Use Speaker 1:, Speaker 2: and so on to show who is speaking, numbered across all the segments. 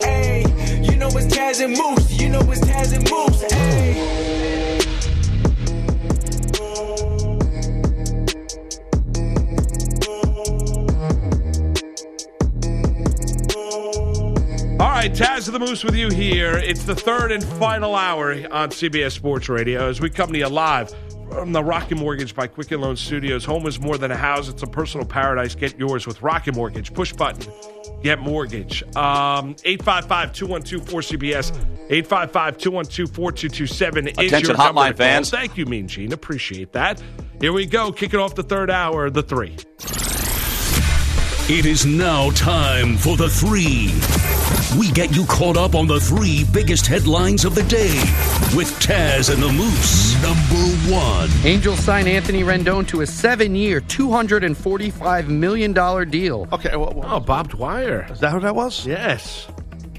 Speaker 1: Hey, you know it's Taz and Moose. You know it's Taz and Moose. Hey.
Speaker 2: All right, Taz of the Moose with you here. It's the third and final hour on CBS Sports Radio as we come to you live from the Rocket Mortgage by Quicken Loan Studios. Home is more than a house; it's a personal paradise. Get yours with Rocket Mortgage. Push button, get mortgage. Um, 855-212-4CBS, 855-212-4227 is
Speaker 3: Attention
Speaker 2: your number to
Speaker 3: hotline
Speaker 2: call.
Speaker 3: fans.
Speaker 2: Thank you, Mean Gene. Appreciate that. Here we go, kicking off the third hour, the three.
Speaker 4: It is now time for the three. We get you caught up on the three biggest headlines of the day with Taz and the Moose. Number one.
Speaker 5: Angels sign Anthony Rendon to a seven-year, $245 million deal.
Speaker 6: Okay, well, well,
Speaker 2: Oh, Bob Dwyer.
Speaker 6: is that who that was?
Speaker 2: Yes.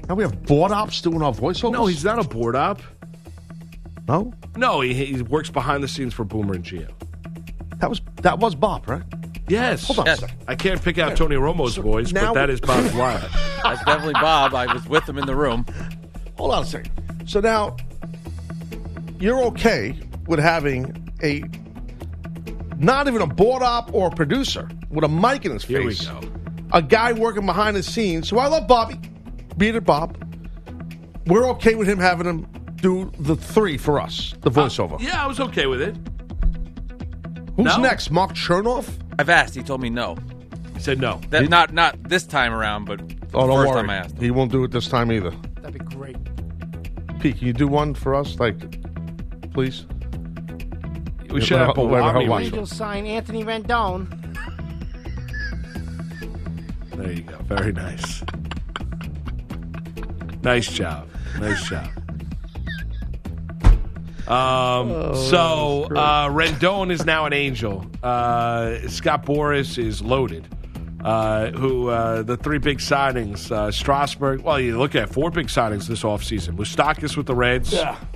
Speaker 6: Now we have board ops doing our voiceovers.
Speaker 2: No, he's not a board op.
Speaker 6: no.
Speaker 2: No, he, he works behind the scenes for Boomer and Geo.
Speaker 6: That was that was Bob, right?
Speaker 2: Yes.
Speaker 6: Hold on a second.
Speaker 2: I can't pick out Tony Romo's voice, but
Speaker 6: now-
Speaker 2: that is Bob Dwyer.
Speaker 3: That's definitely Bob. I was with him in the room.
Speaker 6: Hold on a second. So now you're okay with having a not even a board op or a producer with a mic in his
Speaker 2: Here we
Speaker 6: face.
Speaker 2: go.
Speaker 6: A guy working behind the scenes. So I love Bobby. Beat it, Bob. We're okay with him having him do the three for us, the voiceover.
Speaker 2: Yeah, I was okay with it.
Speaker 6: Who's
Speaker 2: no.
Speaker 6: next? Mark Chernoff?
Speaker 3: I've asked. He told me no.
Speaker 2: He said no.
Speaker 3: That, not not this time around, but
Speaker 6: Oh, don't
Speaker 3: first
Speaker 6: worry.
Speaker 3: time I asked. Him.
Speaker 6: He won't do it this time either.
Speaker 7: That'd be great.
Speaker 6: Pete, can you do one for us, like, please?
Speaker 2: We should have
Speaker 6: wait, wait,
Speaker 2: Bowami.
Speaker 6: wait,
Speaker 2: with-
Speaker 6: wait.
Speaker 7: Angels sign Anthony Rendon.
Speaker 2: There you go. Very nice. nice job. Nice job. Um, so uh, Rendon is now an angel. Uh, Scott Boris is loaded. Uh, who uh, the three big signings? Uh, Strasburg. Well, you look at four big signings this offseason. Mustakis with the Reds.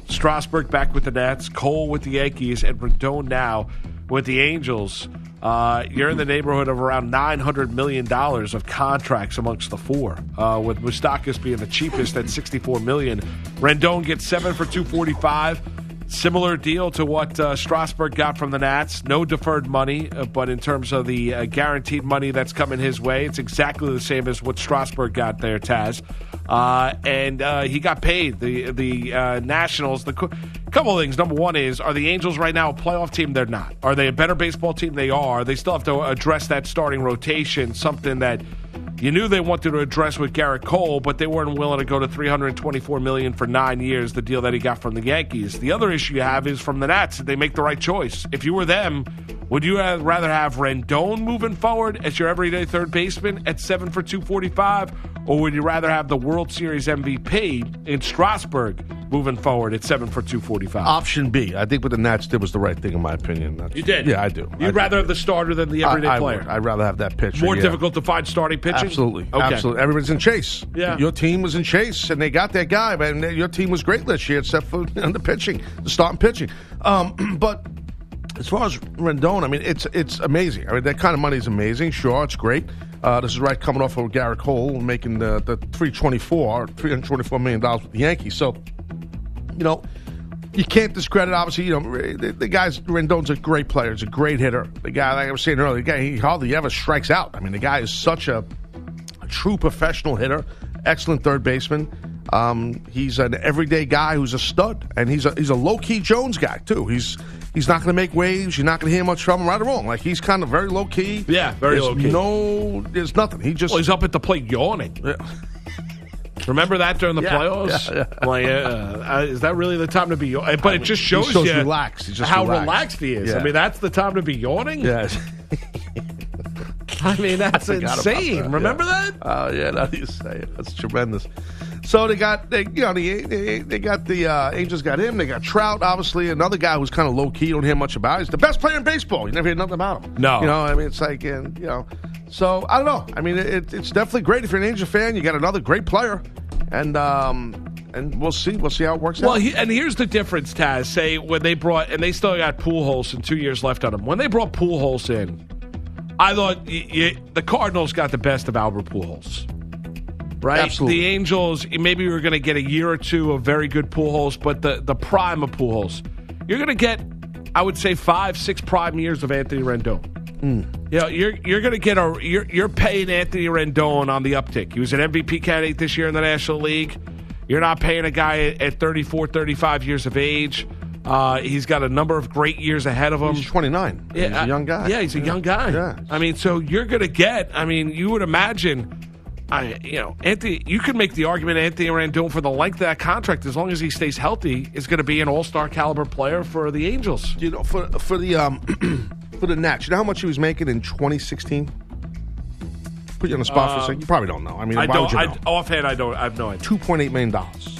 Speaker 2: Strasburg back with the Nets. Cole with the Yankees, and Rendon now with the Angels. Uh, you're in the neighborhood of around nine hundred million dollars of contracts amongst the four, uh, with Mustakis being the cheapest at sixty-four million. Rendon gets seven for two forty-five. Similar deal to what uh, Strasburg got from the Nats. No deferred money, uh, but in terms of the uh, guaranteed money that's coming his way, it's exactly the same as what Strasburg got there, Taz. Uh, and uh, he got paid. The the uh, Nationals. The co- couple of things. Number one is, are the Angels right now a playoff team? They're not. Are they a better baseball team? They are. They still have to address that starting rotation. Something that you knew they wanted to address with Garrett Cole, but they weren't willing to go to 324 million for 9 years, the deal that he got from the Yankees. The other issue you have is from the Nats, did they make the right choice? If you were them, would you have- rather have Rendon moving forward as your everyday third baseman at 7 for 245 or would you rather have the World Series MVP in Strasburg moving forward at 7 for 245?
Speaker 6: Option B. I think what the Nats did was the right thing, in my opinion. That's-
Speaker 2: you did.
Speaker 6: Yeah, I do.
Speaker 2: You'd
Speaker 6: I do.
Speaker 2: rather have the starter than the
Speaker 6: I-
Speaker 2: everyday
Speaker 6: I,
Speaker 2: player.
Speaker 6: Would. I'd rather have that pitch.
Speaker 2: More difficult to find starting pitching?
Speaker 6: Absolutely.
Speaker 2: Okay.
Speaker 6: Absolutely. Everybody's in chase.
Speaker 2: Yeah.
Speaker 6: Your team was in chase, and they got that guy. But your team was great last year, except for the pitching, the starting pitching. Um, but as far as Rendon, I mean, it's it's amazing. I mean, that kind of money is amazing. Sure, it's great. Uh, this is right coming off of Garrett Cole making the the three twenty four, three hundred twenty four million dollars with the Yankees. So, you know. You can't discredit, obviously. You know the, the guy's Rendon's a great player. He's a great hitter. The guy, like I was saying earlier, the guy he hardly ever strikes out. I mean, the guy is such a a true professional hitter, excellent third baseman. Um, he's an everyday guy who's a stud, and he's a he's a low key Jones guy too. He's he's not going to make waves. You're not going to hear much from him, right or wrong. Like he's kind of very low key.
Speaker 2: Yeah, very
Speaker 6: There's
Speaker 2: low-key.
Speaker 6: No, there's nothing. He just
Speaker 2: Well, he's up at the plate yawning. Remember that during the
Speaker 6: Yeah,
Speaker 2: playoffs?
Speaker 6: yeah,
Speaker 2: Like, uh, uh, is that really the time to be? Yaw- But it just shows,
Speaker 6: shows
Speaker 2: you
Speaker 6: relaxed. He's just
Speaker 2: how relaxed.
Speaker 6: relaxed.
Speaker 2: he is. I
Speaker 6: Yeah.
Speaker 2: mean, that's the time to be yawning.
Speaker 6: yes.
Speaker 2: I mean, that's
Speaker 6: forgot about
Speaker 2: insane.
Speaker 6: that,
Speaker 2: Remember
Speaker 6: yeah.
Speaker 2: that?
Speaker 6: Oh yeah, now you say it. That's tremendous. So they got they you know they they, they got the uh, Angels got him. They got Trout, obviously another guy who's kind of low key. You don't hear much about. He's the best player in baseball. You never hear nothing about him.
Speaker 2: No.
Speaker 6: you know I mean it's like and you know so I don't know. I mean it, it's definitely great if you're an Angel fan. You got another great player, and um and we'll see we'll see how it works
Speaker 2: Well,
Speaker 6: out.
Speaker 2: he, and here's the difference, Taz. Say when they brought, and they still got Pujols and two years left on him. When they brought Pujols in, I thought y y the Cardinals got the best of Albert Pujols, right?
Speaker 6: Absolutely.
Speaker 2: The Angels maybe we were going to get a year or two of very good Pujols, but the the prime of Pujols, you're going to get, I would say, five, six prime years of Anthony Rendon.
Speaker 6: Hmm.
Speaker 2: You know, you're you're going to get a you're you're paying Anthony Rendon on the uptick. He was an MVP candidate this year in the National League. You're not paying a guy at, at 34, 35 years of age. Uh, he's got a number of great years ahead of him.
Speaker 6: he's 29. he's
Speaker 2: I-
Speaker 6: a young guy.
Speaker 2: Yeah, he's a young guy.
Speaker 6: Yeah.
Speaker 2: I mean, so you're going to get. I mean, you would imagine. I, you know, Anthony. You could make the argument Anthony Rendon for the length of that contract, as long as he stays healthy, is going to be an All Star caliber player for the Angels.
Speaker 6: you know for for the um for the Nats. You know how much he was making in 2016? Put you on the spot for a second. You probably don't know. Um, I oh. mean,
Speaker 2: I
Speaker 6: why would
Speaker 2: don't.
Speaker 6: you
Speaker 2: I,
Speaker 6: know?
Speaker 2: offhand, I don't. I have no idea.
Speaker 6: 2.8 million dollars.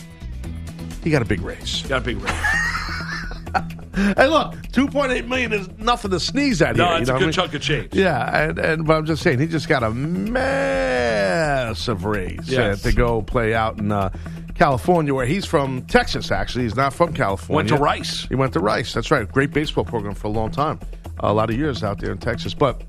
Speaker 6: He got a big raise.
Speaker 2: Got a big raise.
Speaker 6: Hey, look, 2.8 million is nothing to sneeze at.
Speaker 2: No,
Speaker 6: here, you
Speaker 2: it's
Speaker 6: know
Speaker 2: a
Speaker 6: what
Speaker 2: good
Speaker 6: I mean?
Speaker 2: chunk of change.
Speaker 6: Yeah, and, and but I'm just saying he just got a massive raise
Speaker 2: Yes.
Speaker 6: uh, to go play out in uh, California, where he's from Texas. Actually, he's not from California.
Speaker 2: Went to Rice.
Speaker 6: He went to Rice. That's right. Great baseball program for a long time, a lot of years out there in Texas. But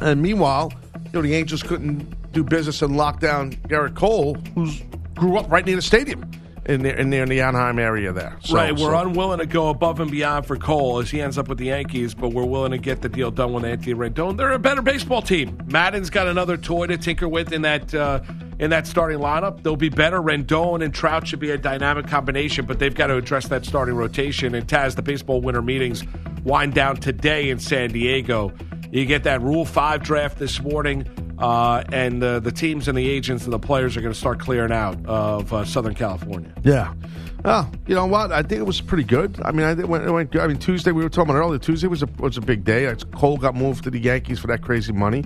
Speaker 6: and meanwhile, you know the Angels couldn't do business and lock down Garrett Cole, who's grew up right near the stadium in there in, there in the Anaheim area there. So-
Speaker 2: right, we're
Speaker 6: so-
Speaker 2: unwilling to go above and beyond for Cole as he ends up with the Yankees, but we're willing to get the deal done with Anthony Rendon. They're a better baseball team. Madden's got another toy to tinker with in that uh, in that starting lineup. They'll be better. Rendon and Trout should be a dynamic combination, but they've got to address that starting rotation. And Taz, the baseball winter meetings wind down today in San Diego. You get that Rule Five draft this morning. Uh, and the, the teams and the agents and the players are going to start clearing out of uh, Southern California.
Speaker 6: Yeah. Oh, you know what? I think it was pretty good. I mean, I think it went, it went good. I mean, Tuesday we were talking about earlier. Tuesday was a was a big day. It's- Cole got moved to the Yankees for that crazy money.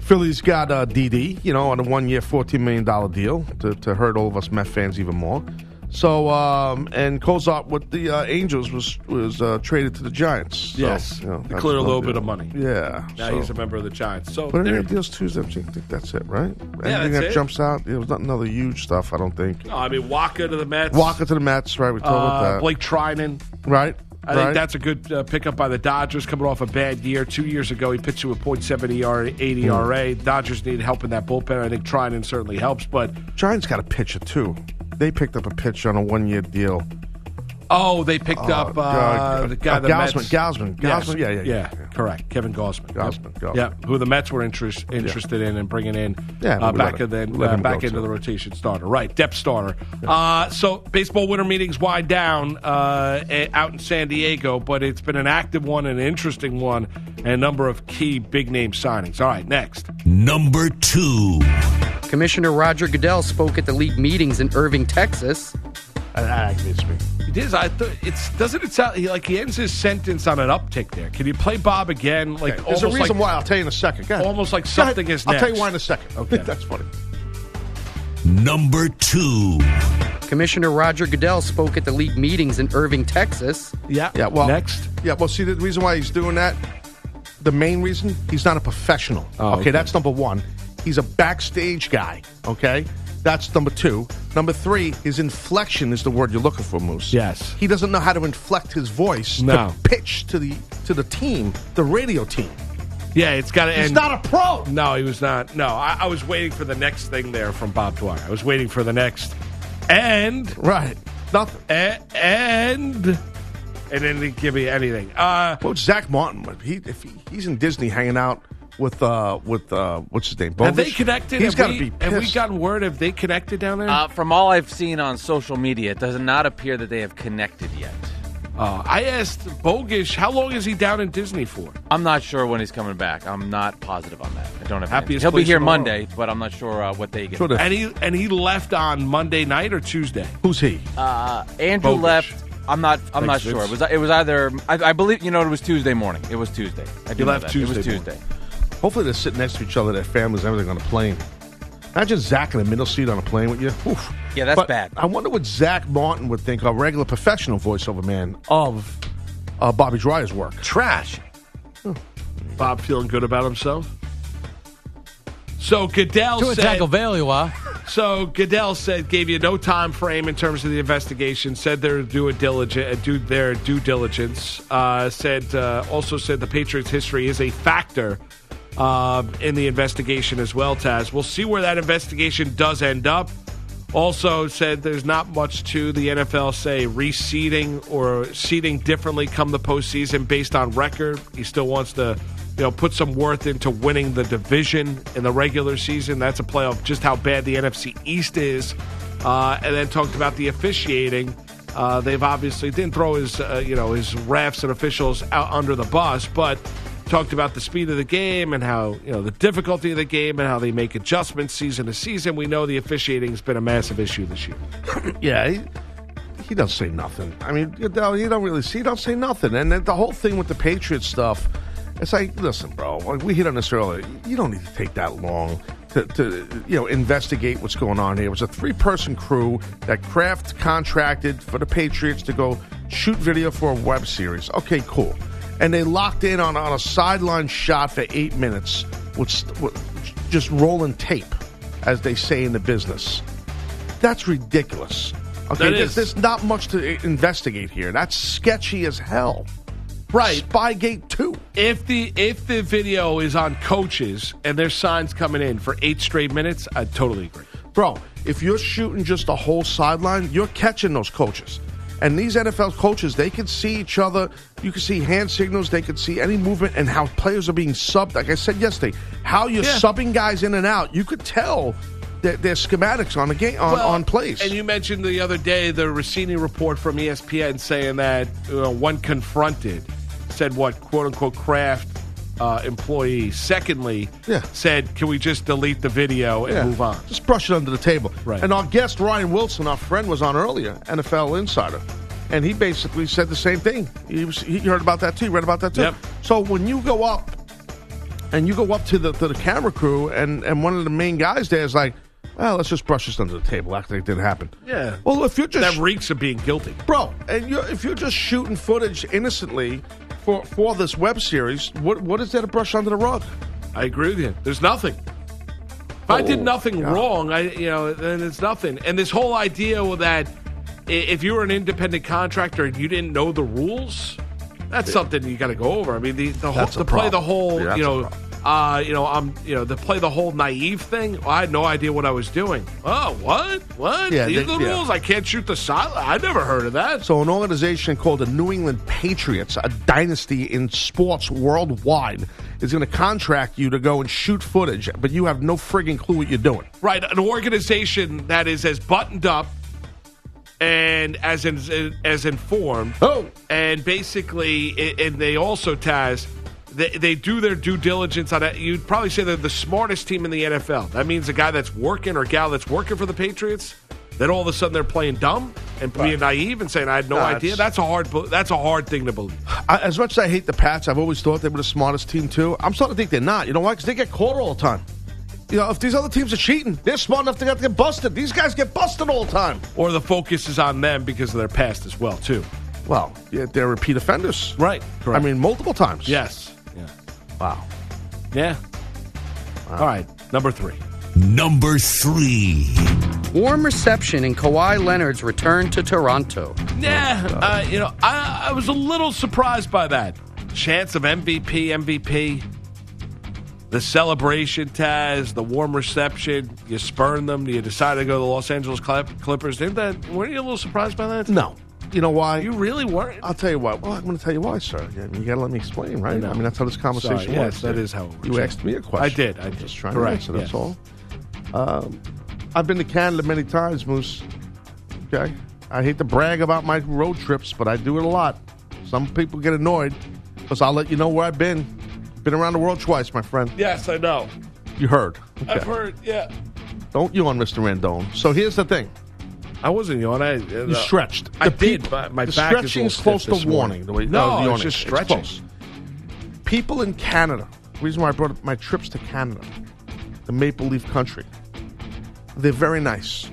Speaker 6: Phillies got uh, DD, you know, on a one year, fourteen million dollar deal to, to hurt all of us Met fans even more. So, um, and Kozart with the uh, Angels was was uh, traded to the Giants. So,
Speaker 2: Yes.
Speaker 6: you know,
Speaker 2: To
Speaker 6: that's
Speaker 2: clear a
Speaker 6: another
Speaker 2: little bit
Speaker 6: deal.
Speaker 2: of money.
Speaker 6: Yeah.
Speaker 2: Now
Speaker 6: so-
Speaker 2: he's a member of the Giants. So
Speaker 6: but
Speaker 2: there-
Speaker 6: any deals Tuesday? I think that's it, right?
Speaker 2: Yeah,
Speaker 6: Anything
Speaker 2: that's
Speaker 6: that
Speaker 2: it.
Speaker 6: jumps out? It was not another huge stuff. I don't think.
Speaker 2: no, I mean, Waka to the Mets.
Speaker 6: Walker to the Mets, right? We talked about
Speaker 2: uh,
Speaker 6: that.
Speaker 2: Blake Trinan.
Speaker 6: Right.
Speaker 2: I
Speaker 6: right.
Speaker 2: think that's a good uh, pickup by the Dodgers coming off a bad year. Two years ago, he pitched to a .7 ERA,
Speaker 6: Hmm.
Speaker 2: 8 ERA. Dodgers need help in that bullpen. I think Trinan certainly helps. But,
Speaker 6: Giants got a pitcher too. They picked up a pitcher on a one-year deal.
Speaker 2: oh, they picked up uh,
Speaker 6: God.
Speaker 2: the guy
Speaker 6: Uh,
Speaker 2: the
Speaker 6: Gausman,
Speaker 2: Mets.
Speaker 6: Gausman, Gausman, yeah, yeah, yeah, yeah.
Speaker 2: correct. Kevin Gausman.
Speaker 6: Gausman,
Speaker 2: Yep.
Speaker 6: Gausman.
Speaker 2: Yeah, who the Mets were interest, interested in and bringing in
Speaker 6: Yeah,
Speaker 2: uh,
Speaker 6: we let
Speaker 2: back,
Speaker 6: him-
Speaker 2: of the,
Speaker 6: we let
Speaker 2: uh,
Speaker 6: him go
Speaker 2: back into
Speaker 6: too.
Speaker 2: the rotation starter. Right, depth starter. Uh, so baseball winter meetings wind down uh, a- out in San Diego, but it's been an active one, an interesting one, and a number of key big-name signings. All right, next.
Speaker 4: Number two.
Speaker 5: Commissioner Roger Goodell spoke at the league meetings in Irving, Texas.
Speaker 6: Uh, That aggravates me.
Speaker 2: It is. I th- it's doesn't it sound he, like he ends his sentence on an uptick there. Can you play Bob again? Like
Speaker 6: There's
Speaker 2: almost
Speaker 6: a reason
Speaker 2: like,
Speaker 6: why. I'll tell you in a second. Go ahead.
Speaker 2: Almost like
Speaker 6: Go ahead.
Speaker 2: something is
Speaker 6: I'll tell
Speaker 2: next.
Speaker 6: you why in a second.
Speaker 2: Okay.
Speaker 6: that's funny.
Speaker 4: Number two.
Speaker 5: Commissioner Roger Goodell spoke at the league meetings in Irving, Texas.
Speaker 2: Yeah.
Speaker 6: Yeah. Well,
Speaker 2: next.
Speaker 6: Yeah. Well, see, the reason why he's doing that, the main reason, he's not a professional. okay,
Speaker 2: Oh, okay.
Speaker 6: that's number one. He's a backstage guy. Okay, that's number two. Number three, his inflection is the word you're looking for, Moose.
Speaker 2: Yes.
Speaker 6: He doesn't know how to inflect his voice
Speaker 2: No.
Speaker 6: to pitch to the to the team, the radio team.
Speaker 2: Yeah, it's got to end.
Speaker 6: He's not a pro.
Speaker 2: No, he was not. No, I, I was waiting for the next thing there from Bob Dwyer. I was waiting for the next. And,
Speaker 6: Right. Nothing.
Speaker 2: a- and, and then he give me anything. Uh,
Speaker 6: Well, Zach Martin, he, if he, he's in Disney hanging out with uh with uh what's his name?
Speaker 2: have they
Speaker 6: Bogus?
Speaker 2: connected?
Speaker 6: He's
Speaker 2: Have
Speaker 6: got to
Speaker 2: we-
Speaker 6: be
Speaker 2: Have we
Speaker 6: pissed.
Speaker 2: gotten word? Have they connected down there?
Speaker 3: Uh, from all I've seen on social media, it does not appear that they have connected yet.
Speaker 2: Uh, I asked Bogish, how long is he down in Disney for?
Speaker 3: I'm not sure when he's coming back. I'm not positive on that. I don't have.
Speaker 2: Happiest
Speaker 3: any- He'll be
Speaker 2: place
Speaker 3: here
Speaker 2: in the world.
Speaker 3: Monday, but I'm not sure uh, what they get.
Speaker 6: Sure.
Speaker 2: And he and he left on Monday night or Tuesday.
Speaker 6: Who's he?
Speaker 3: Andrew
Speaker 2: Bogus.
Speaker 3: left. I'm not. I'm not
Speaker 2: Thanks,
Speaker 3: sure. It
Speaker 2: Vince.
Speaker 3: was. It was either. I, I believe. You know, it was Tuesday morning. It was Tuesday. I do know
Speaker 2: left
Speaker 3: that.
Speaker 2: Tuesday
Speaker 3: It was
Speaker 2: morning.
Speaker 3: Tuesday.
Speaker 6: Hopefully, they're sitting next to each other. Their families, everything on a plane. Imagine Zach in the middle seat on a plane with you. Oof.
Speaker 3: Yeah, that's
Speaker 6: But
Speaker 3: bad.
Speaker 6: I wonder what Zach Martin would think, a regular professional voiceover man, of uh, Bobby Dryer's work.
Speaker 8: Trash.
Speaker 2: Bob feeling good about himself. So Goodell
Speaker 8: To a
Speaker 2: said.
Speaker 8: Tagovailoa.
Speaker 2: So Goodell said gave you no time frame in terms of the investigation. Said they're due a diligent, do their due diligence. Uh, said uh, also said the Patriots' history is a factor uh, in the investigation as well. Taz, we'll see where that investigation does end up. Also said there's not much to the NFL say reseeding or seeding differently come the postseason based on record. He still wants to you know, put some worth into winning the division in the regular season. That's a playoff, just how bad the NFC East is. Uh, and then talked about the officiating. Uh, they've obviously didn't throw his, uh, you know, his refs and officials out under the bus, but talked about the speed of the game and how, you know, the difficulty of the game and how they make adjustments season to season. We know the officiating has been a massive issue this year.
Speaker 6: Yeah, he, he doesn't say nothing. I mean, you know, he don't really see. He don't say nothing. And then the whole thing with the Patriots stuff, it's like, listen, bro. Like we hit on this earlier. You don't need to take that long to, to you know investigate what's going on here. It was a three-person crew that Kraft contracted for the Patriots to go shoot video for a web series. Okay, cool. And they locked in on, on a sideline shot for eight minutes with, st- with just rolling tape, as they say in the business. That's ridiculous. Okay,
Speaker 2: That
Speaker 6: there's-
Speaker 2: is.
Speaker 6: there's not much to i- investigate here. That's sketchy as hell.
Speaker 2: Right.
Speaker 6: Spygate 2.
Speaker 2: If the if the video is on coaches and their signs coming in for eight straight minutes, I totally agree.
Speaker 6: Bro, if you're shooting just the whole sideline, you're catching those coaches. And these NFL coaches, they can see each other. You can see hand signals. They can see any movement and how players are being subbed. Like I said yesterday, how you're
Speaker 2: Yeah.
Speaker 6: subbing guys in and out. You could tell that there's schematics on the game on,
Speaker 2: Well,
Speaker 6: on plays.
Speaker 2: And you mentioned the other day the Rossini report from E ESPN saying that you know, one confronted said what quote unquote craft uh, employee. Secondly,
Speaker 6: Yeah.
Speaker 2: said can we just delete the video and
Speaker 6: Yeah.
Speaker 2: move on?
Speaker 6: Just brush it under the table.
Speaker 2: Right.
Speaker 6: And our guest Ryan Wilson, our friend, was on earlier, NFL insider, and he basically said the same thing. He, was, he heard about that too. He read about that too.
Speaker 2: Yep.
Speaker 6: So when you go up, and you go up to the to the camera crew, and and one of the main guys there is like, well, let's just brush this under the table. Act like it didn't happen.
Speaker 2: Yeah.
Speaker 6: Well, if you're
Speaker 2: That
Speaker 6: just
Speaker 2: reeks of being guilty.
Speaker 6: bro, and you're, if you're just shooting footage innocently for for this web series, what what is there to brush under the rug?
Speaker 2: I agree with you. There's nothing. If I did
Speaker 6: Oh,
Speaker 2: nothing
Speaker 6: God.
Speaker 2: wrong, I you know, then it's nothing. And this whole idea with that i- if you were an independent contractor and you didn't know the rules, that's something you got to go over. I mean, the the whole,
Speaker 6: That's a
Speaker 2: to play the
Speaker 6: problem.
Speaker 2: whole,
Speaker 6: Yeah, that's
Speaker 2: you
Speaker 6: a
Speaker 2: know,
Speaker 6: problem.
Speaker 2: uh, you know, I'm, you know, to play the whole naive thing. Well, I had no idea what I was doing. Oh, what? What?
Speaker 6: Yeah,
Speaker 2: These
Speaker 6: they-
Speaker 2: are the
Speaker 6: yeah.
Speaker 2: rules. I can't shoot the side. I never heard of that.
Speaker 6: So, an organization called the New England Patriots, a dynasty in sports worldwide, is going to contract you to go and shoot footage, but you have no friggin' clue what you're doing.
Speaker 2: Right, an organization that is as buttoned up and as in, as informed.
Speaker 6: Oh.
Speaker 2: and basically, a- and they also Taz, they, they do their due diligence on it. You'd probably say they're the smartest team in the NFL. That means a guy that's working or gal that's working for the Patriots. Then all of a sudden they're playing dumb and being naive and saying I had no
Speaker 6: Nah,
Speaker 2: idea.
Speaker 6: it's-
Speaker 2: That's a hard. bel- That's a hard thing to believe.
Speaker 6: I, as much as I hate the Pats, I've always thought they were the smartest team, too. I'm starting to think they're not. You know why? Because they get caught all the time. You know, if these other teams are cheating, they're smart enough to get, to get busted. These guys get busted all the time.
Speaker 2: Or the focus is on them because of their past as well too.
Speaker 6: Well, yeah, they're repeat offenders.
Speaker 2: Right, correct.
Speaker 6: I mean, multiple times.
Speaker 2: Yes. Yeah.
Speaker 6: Wow.
Speaker 2: Yeah. All right. Number three.
Speaker 4: Number three.
Speaker 5: Warm reception in Kawhi Leonard's return to Toronto.
Speaker 2: Yeah, uh, you know, I, I was a little surprised by that. Chance of MVP, MVP, the celebration, Taz, the warm reception. You spurn them. You decide to go to the Los Angeles Clip- Clippers. Didn't that? Weren't you a little surprised by that?
Speaker 6: No. You know why?
Speaker 2: you really weren't.
Speaker 6: I'll tell you what. Well, I'm going to tell you why, sir. I mean, You got to let me explain, right? I mean, that's how this conversation
Speaker 2: Sorry,
Speaker 6: works.
Speaker 2: yes, that is how it works,
Speaker 6: You
Speaker 2: yeah.
Speaker 6: asked me a question.
Speaker 2: I did, I
Speaker 6: I'm
Speaker 2: did.
Speaker 6: just trying
Speaker 2: Correct,
Speaker 6: to answer. That's
Speaker 2: yes.
Speaker 6: all. Um, I've been to Canada many times, Moose. Okay, I hate to brag about my road trips, but I do it a lot. Some people get annoyed because I'll let you know where I've been. Been around the world twice, my friend.
Speaker 2: Yes, I know.
Speaker 6: You heard.
Speaker 2: I've
Speaker 6: Okay.
Speaker 2: heard. Yeah,
Speaker 6: Don't you on Mr. Rendon. So here's the thing.
Speaker 2: I wasn't yawn. I
Speaker 6: You stretched.
Speaker 2: I
Speaker 6: The
Speaker 2: did,
Speaker 6: peop-
Speaker 2: but my
Speaker 6: the
Speaker 2: back is a
Speaker 6: stretching
Speaker 2: little
Speaker 6: is close
Speaker 2: stiff
Speaker 6: to
Speaker 2: this
Speaker 6: warning.
Speaker 2: morning.
Speaker 6: The way,
Speaker 2: No,
Speaker 6: uh, the
Speaker 2: it's
Speaker 6: yawning.
Speaker 2: just stretching.
Speaker 6: close. People in Canada. The reason why I brought up my trips to Canada, the Maple Leaf country. They're very nice.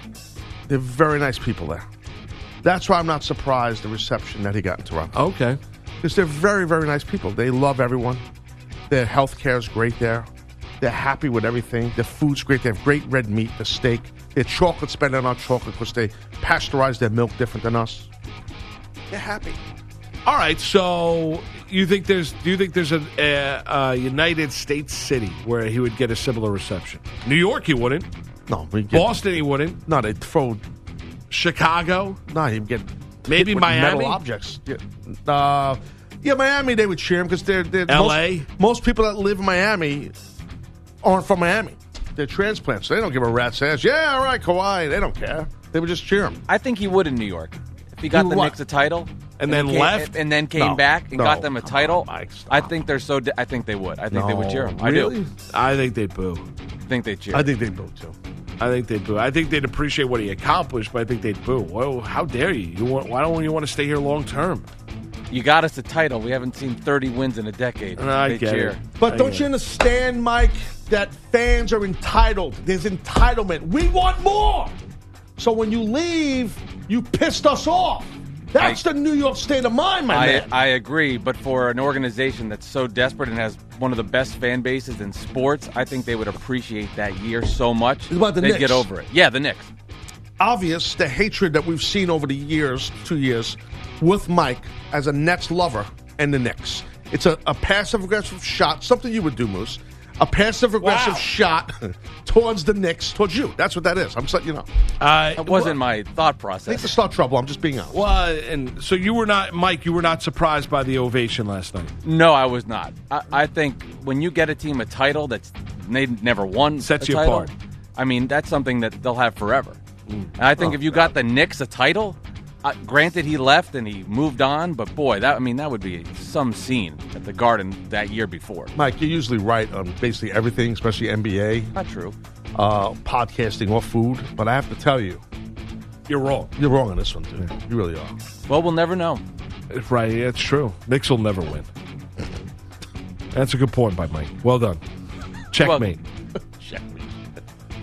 Speaker 6: They're very nice people there. That's why I'm not surprised the reception that he got in Toronto.
Speaker 2: Okay.
Speaker 6: Because they're very, very nice people. They love everyone. Their health care is great there. They're happy with everything. Their food's great. They have great red meat, the steak. Their chocolate's better than our chocolate because they pasteurize their milk different than us. They're happy.
Speaker 2: All right. So you think there's do you think there's a, a, a United States city where he would get a similar reception? New York, he wouldn't.
Speaker 6: No, we get
Speaker 2: Boston, he wouldn't.
Speaker 6: No, they throw.
Speaker 2: Chicago,
Speaker 6: No, you get
Speaker 2: Maybe
Speaker 6: hit with
Speaker 2: Miami?
Speaker 6: metal objects. Yeah, uh, yeah, Miami. They would cheer him because they're, they're
Speaker 2: LA?
Speaker 6: Most, most people that live in Miami aren't from Miami. They're transplants. They don't give a rat's ass. Yeah, all right, Kawhi. They don't care. They would just cheer him.
Speaker 3: I think he would in New York. If he got
Speaker 6: He
Speaker 3: the
Speaker 6: what?
Speaker 3: Knicks a title
Speaker 2: And then
Speaker 3: came-
Speaker 2: left?
Speaker 3: and then came
Speaker 6: No,
Speaker 3: back and
Speaker 6: no,
Speaker 3: got them a
Speaker 6: come
Speaker 3: title,
Speaker 6: on, Mike, stop.
Speaker 3: I think they're so. De- I think they would. I think they would cheer him. I do.
Speaker 2: I think they boo.
Speaker 3: I think they cheer.
Speaker 6: I think they do too.
Speaker 2: I think they'd boo. I think they'd appreciate what he accomplished, but I think they'd boo. Well, how dare you? you want, why don't you want to stay here long term?
Speaker 3: you got us a title. We haven't seen 30 wins in a decade.
Speaker 2: And I
Speaker 3: they
Speaker 2: get
Speaker 3: cheer.
Speaker 2: it.
Speaker 6: But
Speaker 2: I
Speaker 6: don't
Speaker 2: get
Speaker 6: you
Speaker 2: it.
Speaker 6: understand, Mike, that fans are entitled? There's entitlement. We want more. So when you leave, you pissed us off. That's
Speaker 3: I-
Speaker 6: the New York state of mind, my
Speaker 3: I,
Speaker 6: man.
Speaker 3: I agree, but for an organization that's so desperate and has one of the best fan bases in sports, I think they would appreciate that year so much.
Speaker 6: It's about the
Speaker 3: they'd
Speaker 6: Knicks.
Speaker 3: get over it. Yeah, the Knicks.
Speaker 6: obvious the hatred that we've seen over the years, two years, with Mike as a Nets lover and the Knicks. It's a, a passive aggressive shot, something you would do, Moose. A passive aggressive
Speaker 2: Wow.
Speaker 6: shot towards the Knicks, towards you. That's what that is. I'm letting you know.
Speaker 2: Uh,
Speaker 3: That wasn't my thought
Speaker 6: I hate to
Speaker 3: process.
Speaker 6: start trouble. I'm just being honest.
Speaker 2: Well, and so you were not, Mike. You were not surprised by the ovation last night.
Speaker 3: No, I was not. I, I think when you get a team a title that's they never won,
Speaker 2: Sets
Speaker 3: a
Speaker 2: you
Speaker 3: title,
Speaker 2: apart. Mm.
Speaker 3: I mean, that's something that they'll have forever. And I think if you got the Knicks a title, uh, granted he left and he moved on, but boy, that I mean that would be some scene at the Garden that year before.
Speaker 6: Mike, you're usually right on basically everything, especially NBA,
Speaker 3: Not true.
Speaker 6: uh, podcasting, or food. But I have to tell you,
Speaker 2: You're wrong.
Speaker 6: you're wrong on this one, dude. You really are.
Speaker 3: Well, we'll never know.
Speaker 2: Right, yeah, it's true. Knicks will never win. That's a good point by Mike. Well done. Checkmate.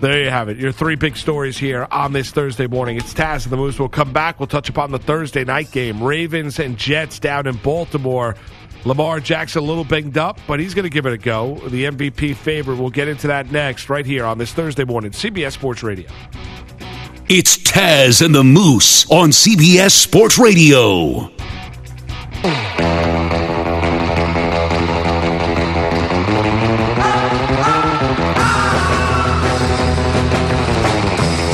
Speaker 2: There you have it. Your three big stories here on this Thursday morning. It's Taz and the Moose. We'll come back. We'll touch upon the Thursday night game. Ravens and Jets down in Baltimore. Lamar Jackson a little banged up, but he's going to give it a go. The MVP favorite. We'll get into that next right here on this Thursday morning. CBS Sports Radio.
Speaker 4: It's Taz and the Moose on CBS Sports Radio.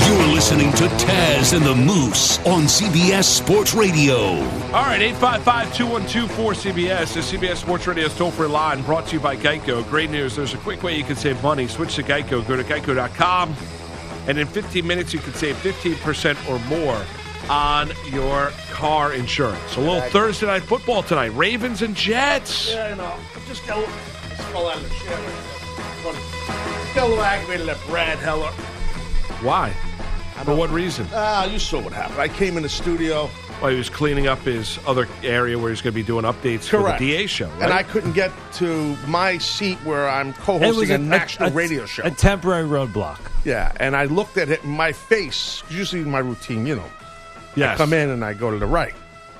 Speaker 4: You're listening to Taz and the Moose on CBS Sports Radio.
Speaker 2: All right, 855-212-4CBS. The CBS Sports Radio's toll-free line brought to you by Geico. Great news. There's a quick way you can save money. Switch to Geico. Go to geico.com. And in 15 minutes, you can save 15% or more on your car insurance. A little Thursday night football tonight. Ravens and Jets.
Speaker 6: Yeah, I know. I'm just got a little, just got a lot of shit right now. Funny. Got a little aggravated at Brad Heller.
Speaker 2: Why? For what reason?
Speaker 6: Ah, you saw what happened. I came in the studio,
Speaker 2: Well, he was cleaning up his other area where he's going to be doing updates
Speaker 6: correct?
Speaker 2: for the DA show. Right?
Speaker 6: and I couldn't get to my seat where I'm co-hosting a, national radio show.
Speaker 8: A temporary roadblock.
Speaker 6: yeah, and I looked at it. My face, usually my routine, you know,
Speaker 2: yes.
Speaker 6: come in and I go to the right,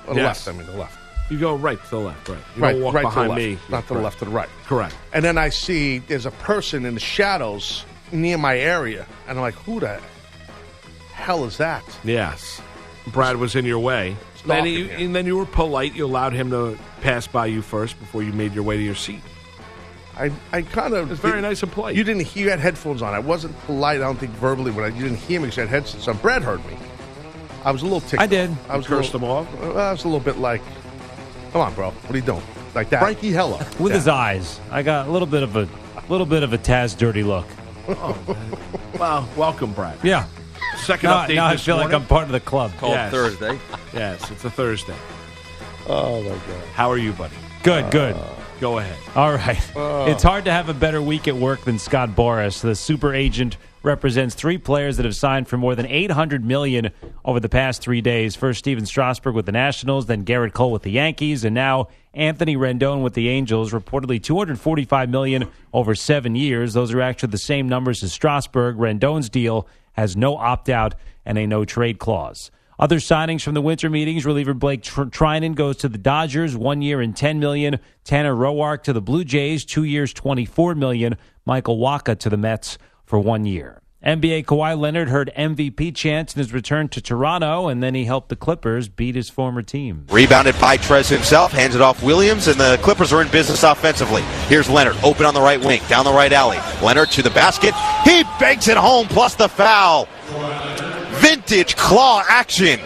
Speaker 6: or the
Speaker 2: Yes.
Speaker 6: left. I mean the left,
Speaker 2: You go right to the left, right. You
Speaker 6: right,
Speaker 2: don't walk
Speaker 6: right
Speaker 2: behind
Speaker 6: to the
Speaker 2: me.
Speaker 6: left, not to the
Speaker 2: Right.
Speaker 6: left to the right.
Speaker 2: Correct.
Speaker 6: And then I see there's a person in the shadows near my area, and I'm like, who the hell is that?
Speaker 2: Yes. Brad was in your way.
Speaker 6: dark
Speaker 2: Then
Speaker 6: in
Speaker 2: you,
Speaker 6: here.
Speaker 2: and then you were polite. You allowed him to pass by you first before you made your way to your seat.
Speaker 6: I, I kind of.
Speaker 2: It's very nice and polite.
Speaker 6: You didn't hear. You had headphones on. I wasn't polite. I don't think verbally, but I, you didn't hear me because I had headphones on. Brad heard me. I was a little ticked.
Speaker 8: I did.
Speaker 6: off. I was a
Speaker 2: cursed
Speaker 6: little-
Speaker 2: him
Speaker 6: Uh, I was a little bit like, "Come on, bro, what are you doing?" Like that. Frankie Heller.
Speaker 8: With his eyes, I got a little bit of a little bit of a Taz dirty look.
Speaker 2: Well, welcome, Brad.
Speaker 8: Yeah.
Speaker 2: Second
Speaker 8: Now,
Speaker 2: update
Speaker 8: now I
Speaker 2: this
Speaker 8: feel like
Speaker 2: morning.
Speaker 8: I'm part of the club.
Speaker 3: Called
Speaker 2: Yes.
Speaker 3: Thursday.
Speaker 2: Yes, it's a Thursday.
Speaker 6: Oh my god.
Speaker 2: How are you, buddy?
Speaker 8: Good, good.
Speaker 2: Go ahead.
Speaker 8: All right. it's hard to have a better week at work than Scott Boris. The super agent represents three players that have signed for more than 800 million over the past 3 days. First Steven Strasburg with the Nationals, then Garrett Cole with the Yankees, and now Anthony Rendon with the Angels, reportedly 245 million over 7 years. Those are actually the same numbers as Strasburg. Rendon's deal has no opt out and a no trade clause. Other signings from the winter meetings: reliever Blake Tr- Trinan goes to the Dodgers, one year and ten million. Tanner Roark to the Blue Jays, two years, twenty-four million. Michael Waka to the Mets for one year. NBA Kawhi Leonard heard MVP chants in his return to Toronto, and then he helped the Clippers beat his former team.
Speaker 9: Rebounded by Trez himself, hands it off Williams, and the Clippers are in business offensively. Here's Leonard, open on the right wing, down the right alley. Leonard to the basket. He banks it home, plus the foul. Vintage claw action